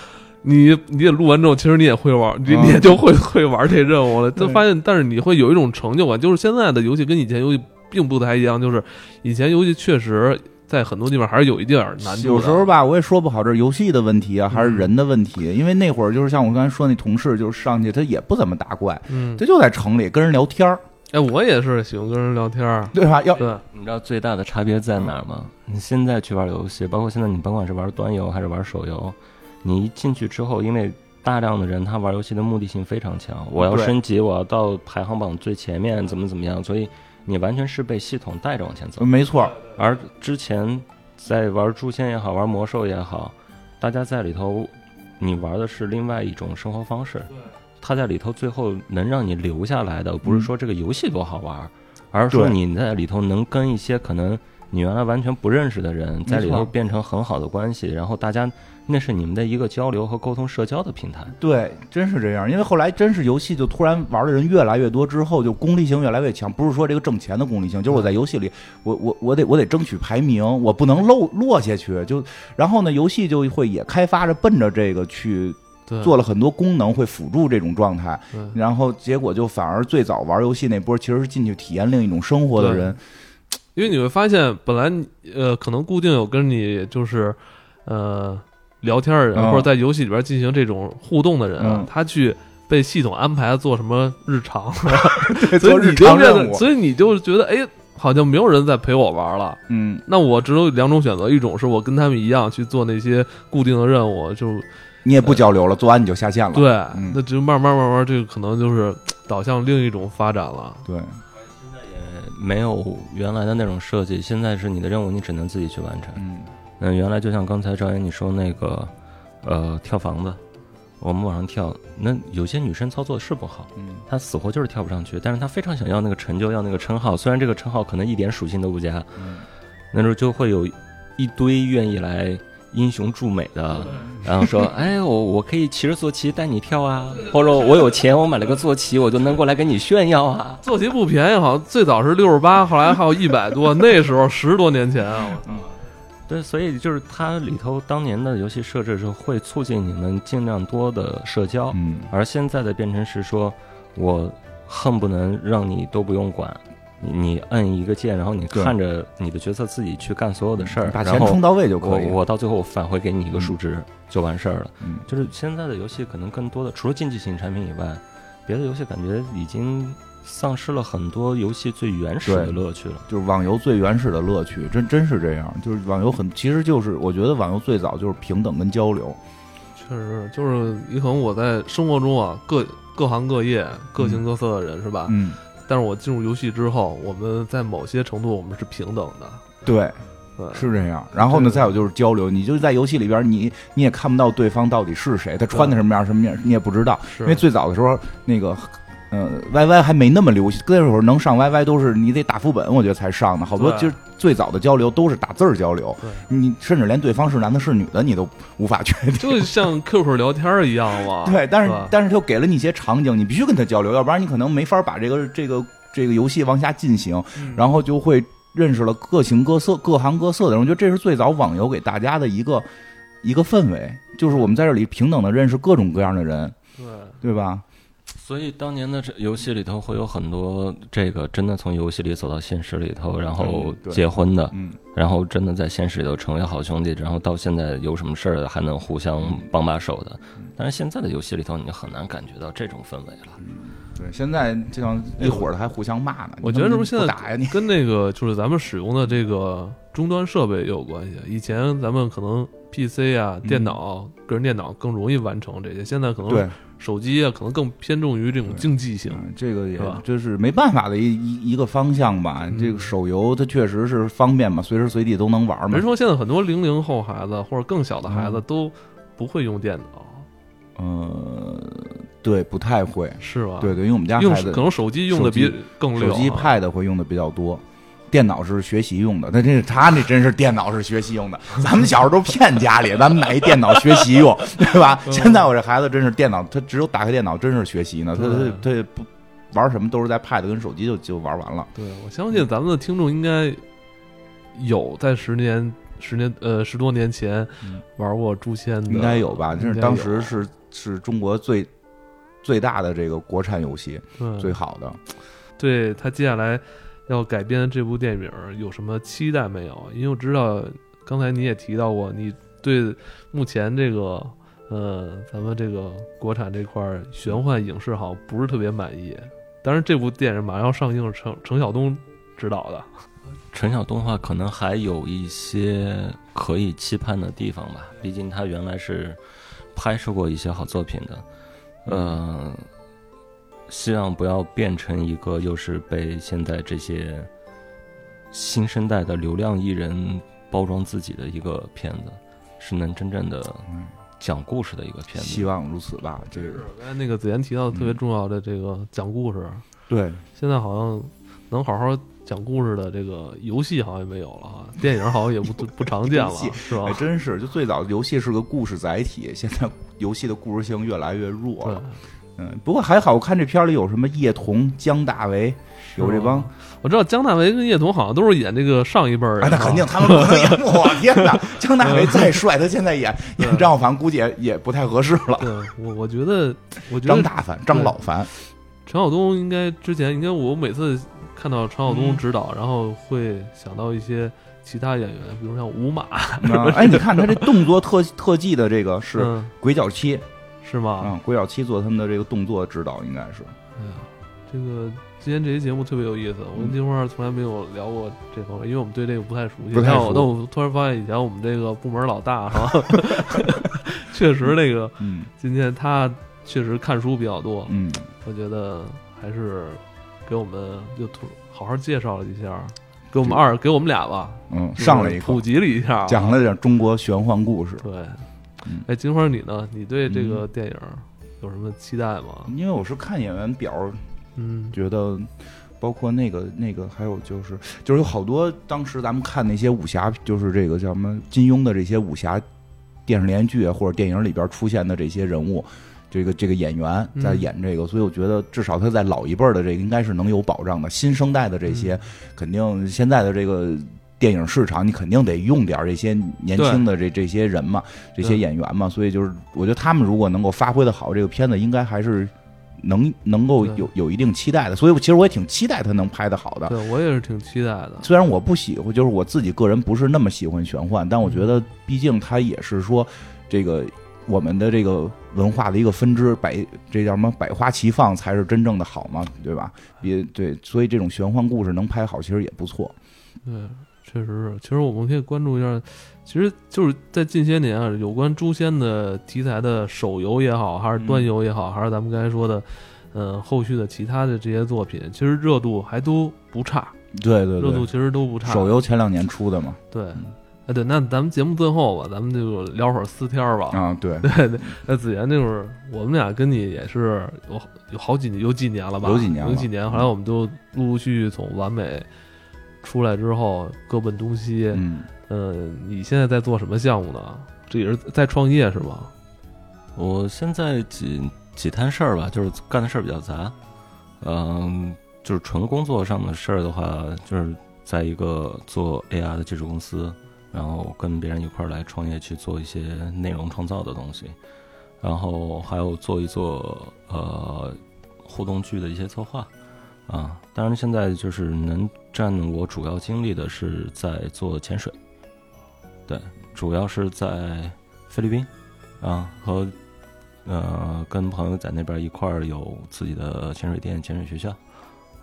[SPEAKER 1] 你你也录完之后，其实你也会玩，你
[SPEAKER 2] 嗯
[SPEAKER 1] 你也就会会玩这任务了。就
[SPEAKER 2] 对
[SPEAKER 1] 发现，但是你会有一种成就感，就是现在的游戏跟以前游戏并不太一样，就是以前游戏确实在很多地方还是有一点儿难度的。
[SPEAKER 2] 有时候吧，我也说不好，这是游戏的问题啊，还是人的问题？因为那会儿就是像我刚才说那同事，就是上去他也不怎么打怪，
[SPEAKER 1] 嗯，
[SPEAKER 2] 他就在城里跟人聊天儿，
[SPEAKER 1] 哎，我也是喜欢跟人聊天儿，
[SPEAKER 2] 对吧？要
[SPEAKER 1] 对，
[SPEAKER 3] 你知道最大的差别在哪儿吗？你现在去玩游戏，包括现在你甭管是玩端游还是玩手游，你一进去之后，因为大量的人他玩游戏的目的性非常强，我要
[SPEAKER 2] 对
[SPEAKER 3] 升级，我要到排行榜最前面，怎么怎么样，所以你完全是被系统带着往前走。
[SPEAKER 2] 呃没错，
[SPEAKER 3] 而之前在玩诛仙也好，玩魔兽也好，大家在里头，你玩的是另外一种生活方式。它在里头最后能让你留下来的，不是说这个游戏多好玩，
[SPEAKER 2] 嗯
[SPEAKER 3] 而是说
[SPEAKER 2] 对
[SPEAKER 3] 你在里头能跟一些可能你原来完全不认识的人在里
[SPEAKER 2] 没
[SPEAKER 3] 头
[SPEAKER 2] 错
[SPEAKER 3] 变成很好的关系，然后大家那是你们的一个交流和沟通社交的平台。
[SPEAKER 2] 对，真是这样。因为后来真是游戏就突然玩的人越来越多，之后就功利性越来越强。不是说这个挣钱的功利性，就是我在游戏里，我我我得我得争取排名，我不能漏落下去。就然后呢，游戏就会也开发着奔着这个去
[SPEAKER 1] 对
[SPEAKER 2] 做了很多功能，会辅助这种状态。
[SPEAKER 1] 对
[SPEAKER 2] 然后结果就反而最早玩游戏那波，其实是进去体验另一种生活的人，
[SPEAKER 1] 因为你会发现，本来你呃，可能固定有跟你就是呃聊天的人，
[SPEAKER 2] 嗯
[SPEAKER 1] 或者在游戏里边进行这种互动的人啊，
[SPEAKER 2] 嗯
[SPEAKER 1] 他去被系统安排做什么日常，
[SPEAKER 2] 对，
[SPEAKER 1] 所
[SPEAKER 2] 做
[SPEAKER 1] 以
[SPEAKER 2] 日
[SPEAKER 1] 你就
[SPEAKER 2] 常
[SPEAKER 1] 变
[SPEAKER 2] 任
[SPEAKER 1] 得，
[SPEAKER 2] 务。
[SPEAKER 1] 所以你就觉得，哎，好像没有人在陪我玩了。
[SPEAKER 2] 嗯，
[SPEAKER 1] 那我只有两种选择，一种是我跟他们一样去做那些固定的任务，就
[SPEAKER 2] 你也不交流了，做完你就下线了。
[SPEAKER 1] 对，
[SPEAKER 2] 嗯
[SPEAKER 1] 那就慢慢慢慢，这个可能就是导向另一种发展了。
[SPEAKER 2] 对，
[SPEAKER 3] 没有原来的那种设计，现在是你的任务，你只能自己去完成。
[SPEAKER 2] 嗯，
[SPEAKER 3] 嗯，原来就像刚才赵岩你说那个，呃，跳房子，我们往上跳，那有些女生操作是不好，
[SPEAKER 2] 嗯，
[SPEAKER 3] 她死活就是跳不上去，但是她非常想要那个成就，要那个称号，虽然这个称号可能一点属性都不加，
[SPEAKER 2] 嗯
[SPEAKER 3] 那时候就会有一堆愿意来英雄助美的，然后说，哎，我我可以骑着坐骑带你跳啊，或者我有钱，我买了个坐骑，我就能过来跟你炫耀啊。
[SPEAKER 1] 坐骑不便宜，好像最早是六十八，后来还有一百多，那时候十多年前啊，
[SPEAKER 3] 对，所以就是它里头当年的游戏设置是会促进你们尽量多的社交，
[SPEAKER 2] 嗯，
[SPEAKER 3] 而现在的变成是说，我恨不能让你都不用管，你你摁一个键，然后你
[SPEAKER 2] 对嗯
[SPEAKER 3] 看着你的角色自己去干所有的事儿，
[SPEAKER 2] 把
[SPEAKER 3] 然
[SPEAKER 2] 钱
[SPEAKER 3] 后
[SPEAKER 2] 充到位就可
[SPEAKER 3] 我
[SPEAKER 2] 以。
[SPEAKER 3] 我到最后返回给你一个数值、就完事儿了。
[SPEAKER 2] 嗯
[SPEAKER 3] 就是现在的游戏可能更多的除了竞技型产品以外，别的游戏感觉已经丧失了很多游戏最原始的
[SPEAKER 2] 对
[SPEAKER 3] 乐趣了。
[SPEAKER 2] 就是网游最原始的乐趣，真真是这样。就是网游很，其实就是我觉得网游最早就是平等跟交流。
[SPEAKER 1] 确实就是你可能我在生活中啊，各各行各业、各形各色的人、是
[SPEAKER 3] 啊
[SPEAKER 1] 吧？
[SPEAKER 2] 嗯，
[SPEAKER 1] 但是我进入游戏之后，我们在某些程度我们是平等的，
[SPEAKER 2] 对，
[SPEAKER 1] 对，
[SPEAKER 2] 是这样。
[SPEAKER 3] 呃
[SPEAKER 2] 然后呢，再有就是交流，你就在游戏里边，你你也看不到对方到底是谁，他
[SPEAKER 3] 嗯
[SPEAKER 2] 穿的什么样，什么样，你也不知道。
[SPEAKER 1] 是
[SPEAKER 2] 因为最早的时候，那个呃，YY 还没那么流行，那会儿能上 YY 都是你得打副本，我觉得才上的。好多
[SPEAKER 1] 对
[SPEAKER 2] 就是最早的交流都是打字儿交流
[SPEAKER 1] 对，
[SPEAKER 2] 你甚至连对方是男的是女的你都无法确定。
[SPEAKER 1] 就像 QQ 聊天儿一样嘛。
[SPEAKER 2] 对，但是
[SPEAKER 1] 啊吧
[SPEAKER 2] 但是他又给了你一些场景，你必须跟他交流，要不然你可能没法把这个这个这个游戏往下进行，
[SPEAKER 1] 嗯
[SPEAKER 2] 然后就会认识了各形各色、各行各色的人。我觉得这是最早网游给大家的一个一个氛围，就是我们在这里平等的认识各种各样的人，
[SPEAKER 1] 对，
[SPEAKER 2] 对吧？
[SPEAKER 3] 所以当年的这游戏里头会有很多这个真的从游戏里走到现实里头，然后
[SPEAKER 2] 嗯对
[SPEAKER 3] 结婚的，
[SPEAKER 2] 嗯，
[SPEAKER 3] 然后真的在现实里头成为好兄弟，然后到现在有什么事儿还能互相帮把手的。
[SPEAKER 2] 嗯
[SPEAKER 3] 但是现在的游戏里头，你很难感觉到这种氛围了。
[SPEAKER 2] 对。现在这样一会儿的还互相骂呢，
[SPEAKER 1] 我觉得是
[SPEAKER 2] 你
[SPEAKER 1] 不
[SPEAKER 2] 不
[SPEAKER 1] 是现在
[SPEAKER 2] 打呀你？
[SPEAKER 1] 跟那个就是咱们使用的这个终端设备也有关系。以前咱们可能 PC 啊、电脑、个人电脑更容易完成这些，现在可
[SPEAKER 2] 嗯对
[SPEAKER 1] 能，手机啊，可能更偏重于这种竞技性。
[SPEAKER 2] 嗯这个也
[SPEAKER 1] 是吧嗯
[SPEAKER 2] 就是没办法的一一一个方向吧。这个手游它确实是方便嘛，随时随地都能玩嘛
[SPEAKER 1] 人。说现在很多零零后孩子或者更小的孩
[SPEAKER 2] 嗯
[SPEAKER 1] 子都不会用电脑，
[SPEAKER 2] 呃，对，不太会。
[SPEAKER 1] 是吧？
[SPEAKER 2] 对，对，因为我们家
[SPEAKER 1] 啊用
[SPEAKER 2] 孩
[SPEAKER 1] 手
[SPEAKER 2] 子
[SPEAKER 1] 可能手机用的比
[SPEAKER 2] 手机
[SPEAKER 1] 更溜
[SPEAKER 2] 手
[SPEAKER 1] 啊，
[SPEAKER 2] 机、Pad 会用的比较多，电脑是学习用的。但这是他那真是电脑是学习用的，咱们小时候都骗家里，咱们买一电脑学习用，对吧？
[SPEAKER 1] 嗯
[SPEAKER 2] 现在我这孩子真是电脑，他只有打开电脑真是学习呢，他
[SPEAKER 1] 对
[SPEAKER 2] 他他也不玩什么都是在 Pad 跟手机就就玩完了。
[SPEAKER 1] 对，我相
[SPEAKER 2] 嗯
[SPEAKER 1] 信咱们的听众应该有在十年、十年呃十多年前
[SPEAKER 2] 嗯
[SPEAKER 1] 玩过《诛仙》的，
[SPEAKER 2] 应该有吧？
[SPEAKER 1] 应
[SPEAKER 2] 这
[SPEAKER 1] 该
[SPEAKER 2] 是当
[SPEAKER 1] 有啊
[SPEAKER 2] 时是是中国最最大的这个国产游戏，
[SPEAKER 1] 对
[SPEAKER 2] 最好
[SPEAKER 1] 嗯
[SPEAKER 2] 的。
[SPEAKER 1] 对他接下来要改编的这部电影儿有什么期待没有？因为我知道刚才你也提到过，你对目前这个呃咱们这个国产这块儿玄幻影视好像不是特别满意。当然，这部电影马上要上映，是程程晓东执导的。
[SPEAKER 3] 陈晓东的话，可能还有一些可以期盼的地方吧，毕竟他原来是拍摄过一些好作品的，呃，希望不要变成一个又是被现在这些新生代的流量艺人包装自己的一个片子，是能真正的
[SPEAKER 2] 嗯
[SPEAKER 3] 讲故事的一个片子
[SPEAKER 2] 希。望如此吧。这个
[SPEAKER 1] 刚才那个子妍提到特别
[SPEAKER 2] 嗯
[SPEAKER 1] 重要的这个讲故事，
[SPEAKER 2] 对，
[SPEAKER 1] 现在好像能好好讲故事的这个游戏好像也没有了哈，电影好像也不不不常见 了
[SPEAKER 2] 游戏，
[SPEAKER 1] 是
[SPEAKER 2] 还
[SPEAKER 1] 吧？
[SPEAKER 2] 哎真是，就最早游戏是个故事载体，现在游戏的故事性越来越弱
[SPEAKER 1] 对
[SPEAKER 2] 了。，嗯，不过还好，我看这片儿里有什么叶童、姜大为，有这帮
[SPEAKER 1] 我知道姜大为跟叶童好像都是演这个上一辈儿人
[SPEAKER 2] 啊，那肯定
[SPEAKER 1] 哈
[SPEAKER 2] 他们不能演。 我天哪，姜大为再帅，他现在演演张小凡，估计也也不太合适了。
[SPEAKER 1] 对，我我觉得，我觉
[SPEAKER 2] 张
[SPEAKER 1] 得
[SPEAKER 2] 大凡、张老凡，
[SPEAKER 1] 陈晓东应该之前应该我每次看到陈晓东指导，然后会想到一些其他演员，比如像吴马
[SPEAKER 2] 嗯哎，你看他这动作特特技的这个是《
[SPEAKER 1] 嗯
[SPEAKER 2] 鬼脚七》
[SPEAKER 1] 是吗？
[SPEAKER 2] 啊，《鬼脚七》做他们的这个动作指导应该是。
[SPEAKER 1] 哎呀，这个今天这期节目特别有意思，我跟
[SPEAKER 2] 嗯
[SPEAKER 1] 金花从来没有聊过这方面，因为我们对这个不太熟悉。
[SPEAKER 2] 不太
[SPEAKER 1] 但我
[SPEAKER 2] 熟
[SPEAKER 1] 但我突然发现，以前我们这个部门老大哈， 确实那个
[SPEAKER 2] 嗯
[SPEAKER 1] 今天他确实看书比较多，
[SPEAKER 2] 嗯，
[SPEAKER 1] 我觉得还是给我们就突好好介绍了一下，给我们二给我们俩吧，
[SPEAKER 2] 嗯，上来一课
[SPEAKER 1] 普，及了一下，
[SPEAKER 2] 讲了点中国玄幻故事。
[SPEAKER 1] 对
[SPEAKER 2] 嗯。
[SPEAKER 1] 哎，金花，你呢？你对这个电影有什么期待吗？
[SPEAKER 2] 因为我是看演员表，
[SPEAKER 1] 嗯，
[SPEAKER 2] 觉得包括那个那个，还有就是就是有好多当时咱们看那些武侠，就是这个叫什么金庸的这些武侠电视连续剧啊或者电影里边出现的这些人物。这个这个演员
[SPEAKER 1] 嗯
[SPEAKER 2] 在演这个，所以我觉得至少他在老一辈儿的这个应该是能有保障的。新生代的这
[SPEAKER 1] 嗯
[SPEAKER 2] 些，肯定现在的这个电影市场，你肯定得用点儿这些年轻的这这些人嘛，这些
[SPEAKER 1] 对
[SPEAKER 2] 演员嘛，所以就是我觉得他们如果能够发挥的好，这个片子应该还是能能够
[SPEAKER 1] 对
[SPEAKER 2] 有有一定期待的。所以我其实我也挺期待他能拍的好的。
[SPEAKER 1] 对我也是挺期待的。
[SPEAKER 2] 虽然我不喜欢，就是我自己个人不是那么喜欢玄幻，但我觉得毕竟它也是说这个我们的这个文化的一个分支，百这叫什么百花齐放才是真正的好嘛，对吧？
[SPEAKER 3] 嗯
[SPEAKER 2] 也对，所以这种玄幻故事能拍好，其实也不错。
[SPEAKER 1] 对，确实是。其实我们可以关注一下，其实就是在近些年啊，有关诛仙的题材的手游也好，还是
[SPEAKER 2] 嗯
[SPEAKER 1] 端游也好，还是咱们刚才说的，嗯，后续的其他的这些作品，其实热度还都不差，
[SPEAKER 2] 对对
[SPEAKER 1] 热度
[SPEAKER 2] 对，
[SPEAKER 1] 其实都不差。
[SPEAKER 2] 手游前两年出的嘛，
[SPEAKER 1] 对，哎对，那咱们节目最后吧，咱们就聊会儿私天儿吧。
[SPEAKER 2] 啊对，
[SPEAKER 1] 对对，那子妍那会儿，我们俩跟你也是有好有好几有几年了吧？
[SPEAKER 2] 有几年了嗯
[SPEAKER 1] 有几年。后来我们就陆陆续续从完美出来之后，各奔东西。嗯、
[SPEAKER 2] 嗯。
[SPEAKER 1] 你现在在做什么项目呢？这也是在创业是吗？
[SPEAKER 3] 我现在几几摊事儿吧，就是干的事儿比较杂，嗯，就是纯工作上的事儿的话，就是在一个做 AR 的技术公司，然后跟别人一块儿来创业去做一些内容创造的东西，然后还有做一做呃互动剧的一些策划啊。当然，现在就是能占我主要精力的是在做潜水，对，主要是在菲律宾啊和呃跟朋友在那边一块儿有自己的潜水店、潜水学校。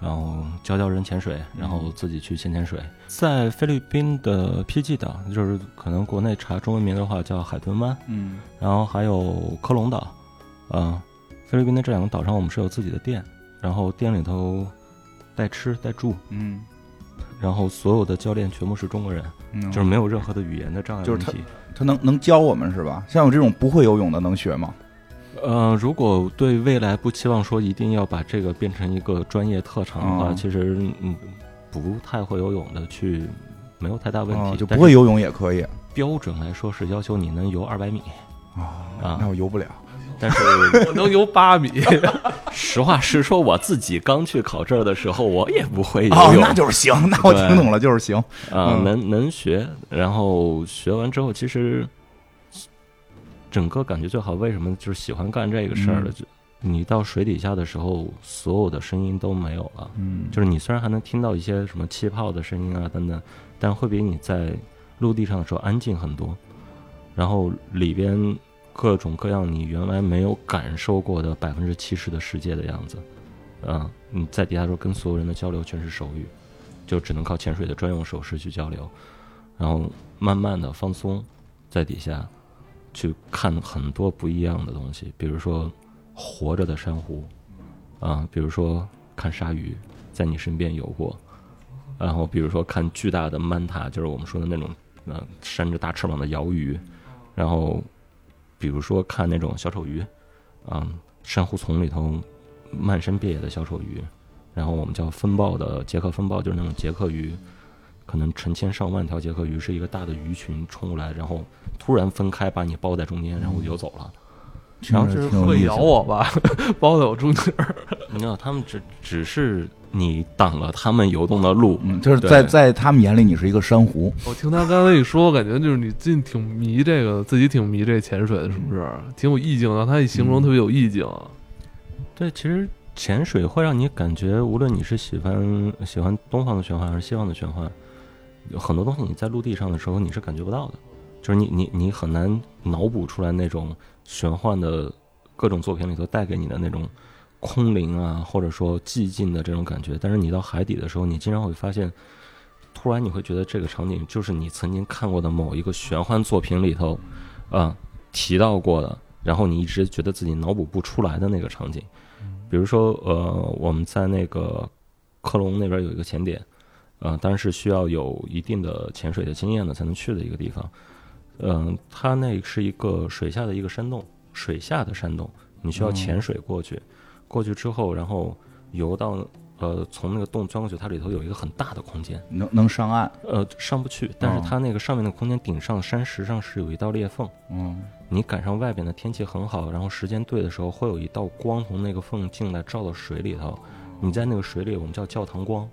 [SPEAKER 3] 然后教教人潜水，然后自己去潜潜水。在菲律宾的 PG 岛，就是可能国内查中文名的话叫海豚湾，
[SPEAKER 2] 嗯
[SPEAKER 3] 然后还有科隆岛，啊、菲律宾的这两个岛上我们是有自己的店，然后店里头带吃带住，
[SPEAKER 2] 嗯，
[SPEAKER 3] 然后所有的教练全部是中国人，
[SPEAKER 2] 嗯
[SPEAKER 3] 就是没有任何的语言的障碍
[SPEAKER 2] 就
[SPEAKER 3] 问
[SPEAKER 2] 是
[SPEAKER 3] 题。
[SPEAKER 2] 他能能教我们是吧？像我这种不会游泳的能学吗？
[SPEAKER 3] 呃，如果对未来不期望说一定要把这个变成一个专业特长的话，
[SPEAKER 2] 嗯
[SPEAKER 3] 其实嗯不太会游泳的去没有太大问题，
[SPEAKER 2] 哦就
[SPEAKER 3] 但
[SPEAKER 2] 不
[SPEAKER 3] 是
[SPEAKER 2] 会游泳也可以
[SPEAKER 3] 标准来说是要求你能游二百米，
[SPEAKER 2] 啊
[SPEAKER 3] 啊
[SPEAKER 2] 那我游不了。
[SPEAKER 3] 但是
[SPEAKER 1] 我能游八米，
[SPEAKER 3] 实话实说，我自己刚去考证的时候，我也不会游
[SPEAKER 2] 哦，
[SPEAKER 3] 泳
[SPEAKER 2] 那就是行，那我
[SPEAKER 3] 对
[SPEAKER 2] 听懂了，就是行。
[SPEAKER 3] 啊、
[SPEAKER 2] 嗯
[SPEAKER 3] 能能学，然后学完之后，其实整个感觉最好。为什么就是喜欢干这个事儿了？
[SPEAKER 2] 嗯
[SPEAKER 3] 就你到水底下的时候，所有的声音都没有了。
[SPEAKER 2] 嗯
[SPEAKER 3] 就是你虽然还能听到一些什么气泡的声音啊等等，但会比你在陆地上的时候安静很多。然后里边各种各样你原来没有感受过的百分之七十的世界的样子，嗯，你在底下的时候跟所有人的交流全是手语，就只能靠潜水的专用手势去交流，然后慢慢的放松，在底下去看很多不一样的东西，比如说活着的珊瑚，啊，比如说看鲨鱼在你身边游过，然后比如说看巨大的曼塔，就是我们说的那种呃扇着大翅膀的鳐鱼，然后比如说看那种小丑鱼，啊，珊瑚丛里头漫山遍野的小丑鱼，然后我们叫风暴的捷克风暴，就是那种捷克鱼，可能成千上万条捷克鱼是一个大的鱼群冲过来，然后突然分开把你包在中间，然后游走了。
[SPEAKER 2] 听着
[SPEAKER 3] 然后
[SPEAKER 2] 嗯挺
[SPEAKER 3] 是
[SPEAKER 2] 有
[SPEAKER 1] 会啊
[SPEAKER 2] 意思
[SPEAKER 1] 咬我吧， 包在我中间儿。
[SPEAKER 3] 你知道，他们只只是你挡了他们游动的路，
[SPEAKER 2] 嗯，就是在
[SPEAKER 3] 对
[SPEAKER 2] 在他们眼里你是一个珊瑚，
[SPEAKER 1] 我听他刚才一说，我感觉就是你近挺迷这个，自己挺迷这潜水的，是不是？
[SPEAKER 2] 嗯
[SPEAKER 1] 挺有意境的。他一形容特别有意境。
[SPEAKER 3] 对，其实潜水会让你感觉，无论你是喜欢喜欢东方的玄幻还是西方的玄幻，有很多东西你在陆地上的时候你是感觉不到的，就是你你你很难脑补出来那种玄幻的各种作品里头带给你的那种空灵啊，或者说寂静的这种感觉。但是你到海底的时候，你经常会发现，突然你会觉得这个场景就是你曾经看过的某一个玄幻作品里头，啊、提到过的，然后你一直觉得自己脑补不出来的那个场景。比如说，呃，我们在那个科隆那边有一个潜点，呃，当然是需要有一定的潜水的经验的才能去的一个地方。嗯、它那是一个水下的一个山洞，水下的山洞，你需要潜水过去，过去之后，然后游到呃从那个洞钻过去，它里头有一个很大的空间，
[SPEAKER 2] 能能上岸，
[SPEAKER 3] 呃上不去，但
[SPEAKER 2] 哦
[SPEAKER 3] 是它那个上面的空间顶上山石上是有一道裂缝。
[SPEAKER 2] 嗯，
[SPEAKER 3] 你赶上外边的天气很好，然后时间对的时候，会有一道光从那个缝进来照到水里头。你在那个水里，我们叫教堂光，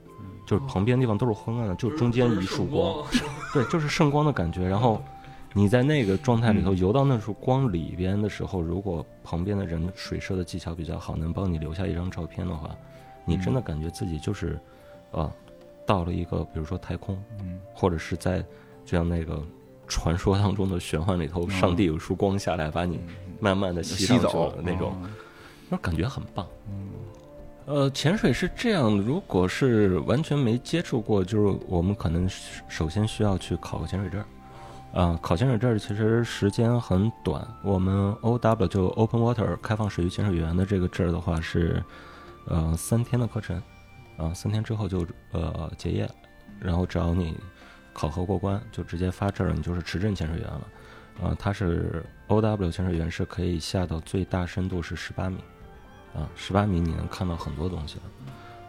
[SPEAKER 3] 就是旁边地方都是昏暗的，就中
[SPEAKER 1] 嗯
[SPEAKER 3] 间一束光，对，就是圣光的感觉。然后你在那个状态里
[SPEAKER 2] 嗯
[SPEAKER 3] 头游到那束光里边的时候，如果旁边的人水射的技巧比较好，能帮你留下一张照片的话，你真
[SPEAKER 2] 嗯
[SPEAKER 3] 的感觉自己就是，啊、到了一个比如说太空，
[SPEAKER 2] 嗯
[SPEAKER 3] 或者是在就像那个传说当中的玄幻里头，上帝有一束光下来把你慢慢的嗯吸
[SPEAKER 2] 嗯吸
[SPEAKER 3] 上去
[SPEAKER 2] 走哦
[SPEAKER 3] 了那种，，那种感觉很棒。呃，潜水是这样，如果是完全没接触过，就是我们可能是首先需要去考个潜水证儿。啊、考潜水证儿其实时间很短。我们 O W 就 Open Water 开放水域潜水员的这个证儿的话是，呃，三天的课程，啊、三天之后就呃结业，然后只要你考核过关，就直接发证儿，你就是持证潜水员了。啊、它是 O W 潜水员是可以下到最大深度是十八米，啊，十八米你能看到很多东西了。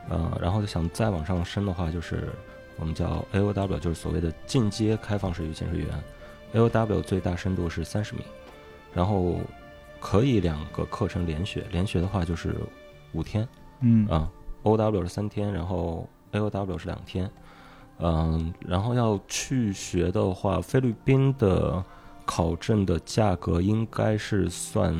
[SPEAKER 3] 呃，然后就想再往上升的话，就是我们叫 AOW，就是所谓的进阶开放水域潜水员。AOW 最大深度是三十米，然后可以两个课程连学，连学的话就是五天
[SPEAKER 2] 嗯
[SPEAKER 3] 啊、OW 是三天，然后 AOW 是两天。嗯，然后要去学的话，菲律宾的考证的价格应该是算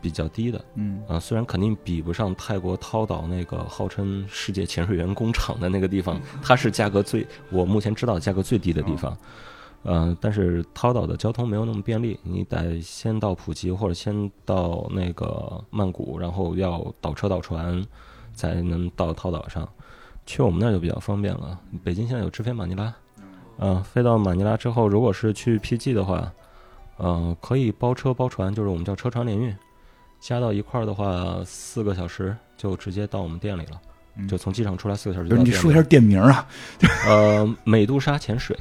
[SPEAKER 3] 比较低的，
[SPEAKER 2] 嗯
[SPEAKER 3] 啊，虽然肯定比不上泰国涛岛那个号称世界潜水员工厂的那个地方，它是价格最我目前知道价格最低的地方。呃，但是涛岛的交通没有那么便利，你得先到普吉或者先到那个曼谷，然后要倒车倒船才能到涛岛上。去我们那儿就比较方便了。北京现在有直飞马尼拉，呃，飞到马尼拉之后，如果是去 PG 的话，呃，可以包车包船，就是我们叫车船联运。加到一块儿的话，四个小时就直接到我们店里了，
[SPEAKER 2] 嗯
[SPEAKER 3] 就从机场出来四个小时
[SPEAKER 2] 就
[SPEAKER 3] 就是到
[SPEAKER 2] 你
[SPEAKER 3] 店里
[SPEAKER 2] 说一
[SPEAKER 3] 了。
[SPEAKER 2] 下店名啊，
[SPEAKER 3] 呃，美杜莎潜水，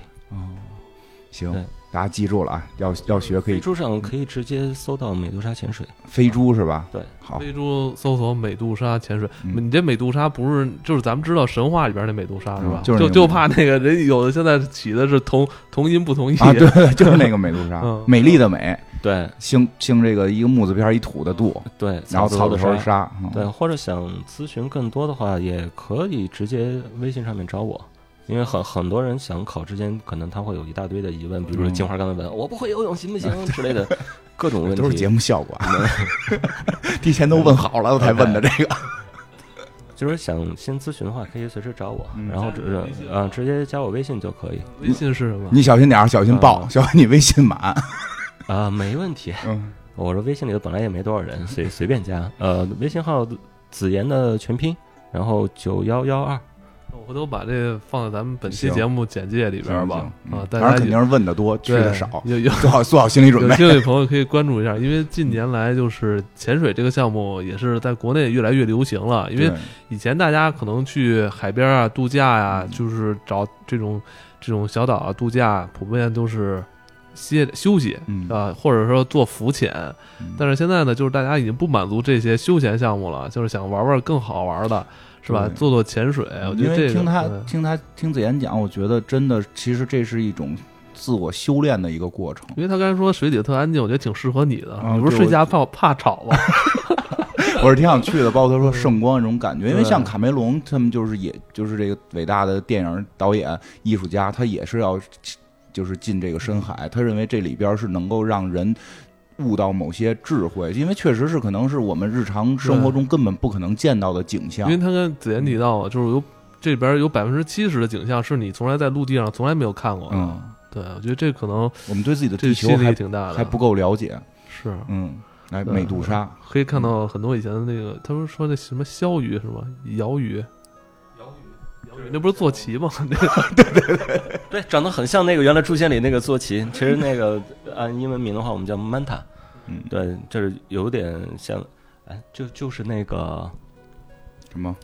[SPEAKER 2] 行
[SPEAKER 3] 对，
[SPEAKER 2] 大家记住了啊，要要学可
[SPEAKER 3] 美
[SPEAKER 2] 以
[SPEAKER 3] 珠上可以直接搜到美杜莎潜水。
[SPEAKER 2] 飞猪是吧？
[SPEAKER 3] 对，
[SPEAKER 2] 好，
[SPEAKER 1] 飞猪搜索美杜莎潜水，
[SPEAKER 2] 嗯
[SPEAKER 1] 你这美杜莎不是就是咱们知道神话里边那美杜莎是吧？
[SPEAKER 2] 嗯就是
[SPEAKER 1] 就
[SPEAKER 2] 那个
[SPEAKER 1] 就怕那个人有的现在起的是同同音不同义
[SPEAKER 2] 啊，对，对就是那个美杜莎
[SPEAKER 1] 嗯，
[SPEAKER 2] 美丽的美，
[SPEAKER 3] 对
[SPEAKER 2] 姓姓这个一个木字边儿一土的杜，
[SPEAKER 3] 对，
[SPEAKER 2] 然后草
[SPEAKER 3] 草
[SPEAKER 2] 字
[SPEAKER 3] 的
[SPEAKER 2] 头
[SPEAKER 3] 沙
[SPEAKER 2] 是沙，嗯
[SPEAKER 3] 对，或者想咨询更多的话，也可以直接微信上面找我，因为很很多人想考之前，可能他会有一大堆的疑问，比如说
[SPEAKER 2] 嗯
[SPEAKER 3] 金花刚才问、我不会游泳行不行之 类的各种问题。
[SPEAKER 2] 都是节目效果， 提前都问好了我才问的这个。
[SPEAKER 3] 就是想先咨询的话，可以随时找我，
[SPEAKER 2] 嗯
[SPEAKER 3] 然后
[SPEAKER 1] 加
[SPEAKER 3] 直
[SPEAKER 1] 你微信
[SPEAKER 3] 呃直接加我微信就可以
[SPEAKER 1] 微信是什么？
[SPEAKER 2] 你小心点儿，小心爆，
[SPEAKER 3] 嗯
[SPEAKER 2] 小心你微信满。
[SPEAKER 3] 啊、没问题。
[SPEAKER 2] 嗯
[SPEAKER 3] 我这微信里头本来也没多少人，所以随便加。呃，微信号子妍的全拼，然后九幺幺二。
[SPEAKER 1] 我回头把这个放在咱们本期
[SPEAKER 2] 行
[SPEAKER 1] 节目简介里边吧。啊，大
[SPEAKER 2] 嗯当然
[SPEAKER 1] 家
[SPEAKER 2] 肯定是问的多，去
[SPEAKER 1] 对
[SPEAKER 2] 的少，
[SPEAKER 1] 有 有
[SPEAKER 2] 做好做好心理准
[SPEAKER 1] 有
[SPEAKER 2] 备。
[SPEAKER 1] 兴趣的朋友可以关注一下，因为近年来就是潜水这个项目也是在国内越来越流行了。因为啊
[SPEAKER 2] 对
[SPEAKER 1] 以前大家可能去海边啊度假呀、就是找这种这种小岛啊度假，普遍都是歇休息
[SPEAKER 2] 嗯
[SPEAKER 1] 啊、或者说做浮潜。
[SPEAKER 2] 嗯
[SPEAKER 1] 但是现在呢，就是大家已经不满足这些休闲项目了，就是想玩玩更好玩的，是吧？
[SPEAKER 2] 对
[SPEAKER 1] 做做潜水，哎我觉
[SPEAKER 2] 因
[SPEAKER 1] 得
[SPEAKER 2] 为
[SPEAKER 1] 这个嗯
[SPEAKER 2] 听他
[SPEAKER 1] 对
[SPEAKER 2] 听他听子妍讲，我觉得真的，其实这是一种自我修炼的一个过程。
[SPEAKER 1] 因为他刚才说水底特安静，我觉得挺适合你的。
[SPEAKER 2] 啊
[SPEAKER 1] 你不是
[SPEAKER 2] 对
[SPEAKER 1] 睡
[SPEAKER 2] 我
[SPEAKER 1] 觉怕怕吵啊 吗？啊
[SPEAKER 2] 我是挺想去的，包括他说圣光那种感觉，因为
[SPEAKER 1] 嗯对啊
[SPEAKER 2] 像卡梅隆他们就是也就是这个伟大的电影导演、艺术家，他也是要就是进这个深
[SPEAKER 1] 嗯
[SPEAKER 2] 海，他认为这里边是能够让人。悟到某些智慧，因为确实是可能是我们日常生活中根本不可能见到的景象
[SPEAKER 1] 因为。他跟子妍提
[SPEAKER 2] 嗯
[SPEAKER 1] 到，就是有这边有百分之七十的景象是你从来在陆地上从来没有看过的。
[SPEAKER 2] 嗯，
[SPEAKER 1] 对，我觉得这可能
[SPEAKER 2] 我们对自己的
[SPEAKER 1] 这
[SPEAKER 2] 地
[SPEAKER 1] 吸
[SPEAKER 2] 球
[SPEAKER 1] 力
[SPEAKER 2] 还
[SPEAKER 1] 挺大的，
[SPEAKER 2] 还不够了解。
[SPEAKER 1] 是。
[SPEAKER 2] 嗯，来
[SPEAKER 1] 对
[SPEAKER 2] 美杜莎，
[SPEAKER 1] 可以看到很多以前的那个，他们说那什么鲛鱼是吗？鳐鱼，鳐鱼，那不是坐骑吗？ 那个
[SPEAKER 3] 对，长得很像那个原来《诛仙》里那个坐 骑。其实那个按英文名的话，我们叫 Manta。
[SPEAKER 2] 嗯
[SPEAKER 3] 对，就是有点像，哎，就就是那个
[SPEAKER 2] 什么？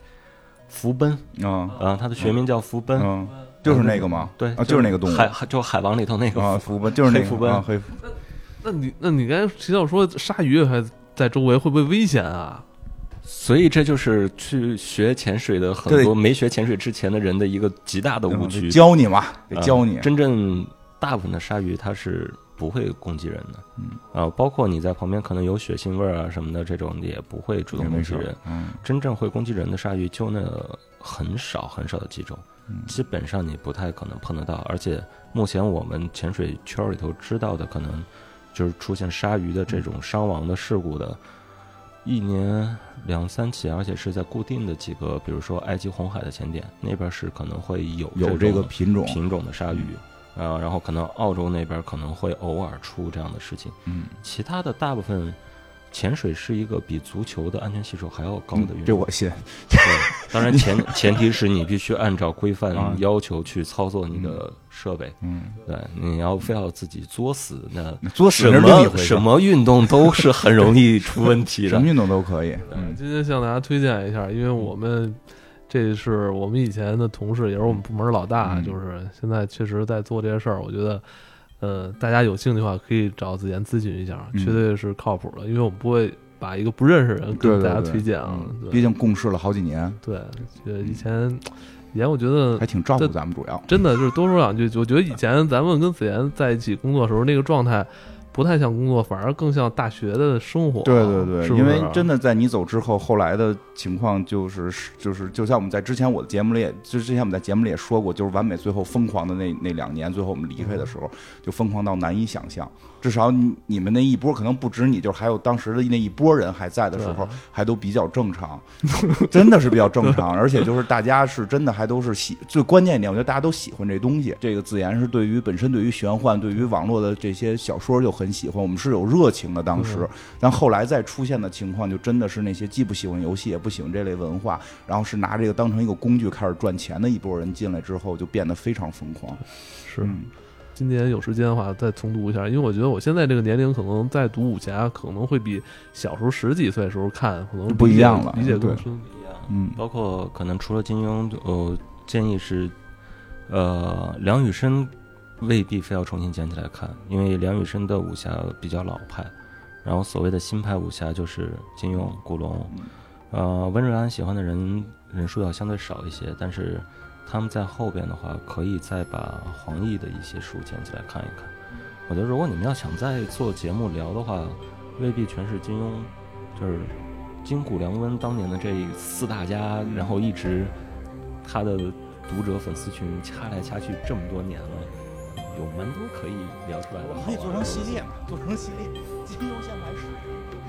[SPEAKER 3] 福奔
[SPEAKER 2] 啊
[SPEAKER 3] 啊，它的学名叫福奔。
[SPEAKER 2] 嗯，就是那个吗？
[SPEAKER 3] 对，
[SPEAKER 2] 啊，就是那个动物
[SPEAKER 3] 海海就海王里头那个
[SPEAKER 2] 啊，
[SPEAKER 3] 福
[SPEAKER 2] 福奔就是那
[SPEAKER 3] 黑
[SPEAKER 2] 个
[SPEAKER 3] 福奔
[SPEAKER 2] 啊黑福
[SPEAKER 1] 那你那你刚才提到说鲨鱼还在周围，会不会危险啊？
[SPEAKER 3] 所以这就是去学潜水的很
[SPEAKER 2] 对嗯
[SPEAKER 3] 多没学潜水之前的人的一个极大的误区。
[SPEAKER 2] 教你嘛，得
[SPEAKER 3] 啊
[SPEAKER 2] 教你。
[SPEAKER 3] 真正大部分的鲨鱼它是不会攻击人的，
[SPEAKER 2] 嗯
[SPEAKER 3] 啊，包括你在旁边可能有血腥味儿啊什么的，这种也不会主动
[SPEAKER 2] 也
[SPEAKER 3] 攻
[SPEAKER 2] 没
[SPEAKER 3] 击
[SPEAKER 2] 事
[SPEAKER 3] 人
[SPEAKER 2] 儿。，嗯，
[SPEAKER 3] 真正会攻击人的鲨鱼就那很少很少的几种，
[SPEAKER 2] 嗯
[SPEAKER 3] 基本上你不太可能碰得到。而且目前我们潜水圈里头知道的，可能就是出现鲨鱼的这种伤亡的事故的，一年两三起，而且是在固定的几个，比如说埃及红海的潜点那边是可能会有
[SPEAKER 2] 有这
[SPEAKER 3] 嗯这
[SPEAKER 2] 个
[SPEAKER 3] 种
[SPEAKER 2] 品种，
[SPEAKER 3] 品种的鲨鱼。啊，然后可能澳洲那边可能会偶尔出这样的事情，
[SPEAKER 2] 嗯，
[SPEAKER 3] 其他的大部分潜水是一个比足球的安全系数还要高的运动。
[SPEAKER 2] 嗯这我信。
[SPEAKER 3] 对，当然前前提是你必须按照规
[SPEAKER 2] 啊
[SPEAKER 3] 范要求去操作你的设备。
[SPEAKER 2] 嗯，
[SPEAKER 3] 对，你要非要自己作死，那
[SPEAKER 2] 作死
[SPEAKER 3] 什
[SPEAKER 2] 是另一回
[SPEAKER 3] 么
[SPEAKER 2] 事
[SPEAKER 3] 什么运动都是很容易出问题
[SPEAKER 2] 什
[SPEAKER 3] 的
[SPEAKER 2] 么。运动都可以。嗯，
[SPEAKER 1] 今天向大家推荐一下，因为我们这是我们以前的同事，也是我们部门老大，
[SPEAKER 2] 嗯
[SPEAKER 1] 就是现在确实在做这些事儿。我觉得，呃，大家有兴趣的话可以找子妍咨询一下，
[SPEAKER 2] 嗯
[SPEAKER 1] 绝对是靠谱的，因为我们不会把一个不认识人
[SPEAKER 2] 对
[SPEAKER 1] 跟
[SPEAKER 2] 对
[SPEAKER 1] 大家
[SPEAKER 2] 对
[SPEAKER 1] 推荐啊
[SPEAKER 2] 嗯。毕
[SPEAKER 1] 对
[SPEAKER 2] 竟共事了好几年，
[SPEAKER 1] 对，就以前以前我觉得
[SPEAKER 2] 还挺照顾
[SPEAKER 1] 这
[SPEAKER 2] 咱们主要。
[SPEAKER 1] 真的就是多说两句，我觉得以前咱们跟子妍在一起工作的时候，那个状态不太像工作，反而更像大学的生活啊。
[SPEAKER 2] 对对对，
[SPEAKER 1] 是不
[SPEAKER 2] 因
[SPEAKER 1] 是
[SPEAKER 2] 为真的在你走之后，后来的情况就是就是，就像我们在之前我的节目里也，就之前我们在节目里也说过，就是完美最后疯狂的那那两年，最后我们离开的时候，就疯狂到难以想象。至少你你们那一波可能不止你，就是还有当时的那一波人还在的时候
[SPEAKER 1] 对，
[SPEAKER 2] 还都比较正常， 真的是比较正常，而且就是大家是真的还都是喜，最关键一点，我觉得大家都喜欢这东西。这个自然是对于本身对于玄幻，对于网络的这些小说就很喜欢，我们是有热情的当时
[SPEAKER 1] 嗯，
[SPEAKER 2] 但后来再出现的情况，就真的是那些既不喜欢游戏，也不喜欢这类文化，然后是拿这个当成一个工具开始赚钱的一波人进来之后，就变得非常疯狂。嗯
[SPEAKER 1] 是。今年有时间的话，再重读一下，因为我觉得我现在这个年龄，可能再读武侠，可能会比小时候十几岁的时候看，可能理解
[SPEAKER 2] 不一样了
[SPEAKER 1] 理解更
[SPEAKER 2] 对
[SPEAKER 1] 深。
[SPEAKER 2] 嗯
[SPEAKER 3] 包括可能除了金庸，我建议是，呃，梁羽生未必非要重新捡起来看，因为梁羽生的武侠比较老派，然后所谓的新派武侠就是金庸、古龙，
[SPEAKER 2] 嗯
[SPEAKER 3] 呃，温瑞安喜欢的人人数要相对少一些，但是他们在后边的话，可以再把黄奕的一些书捡起来看一看。我觉得如果你们要想再做节目聊的话，未必全是金庸，就是金谷良温当年的这四大家，然后一直他的读者粉丝群掐来掐去这么多年了，有蛮多可以聊出来的。好玩的东西
[SPEAKER 2] 嘛，做成系列，金庸先来试试。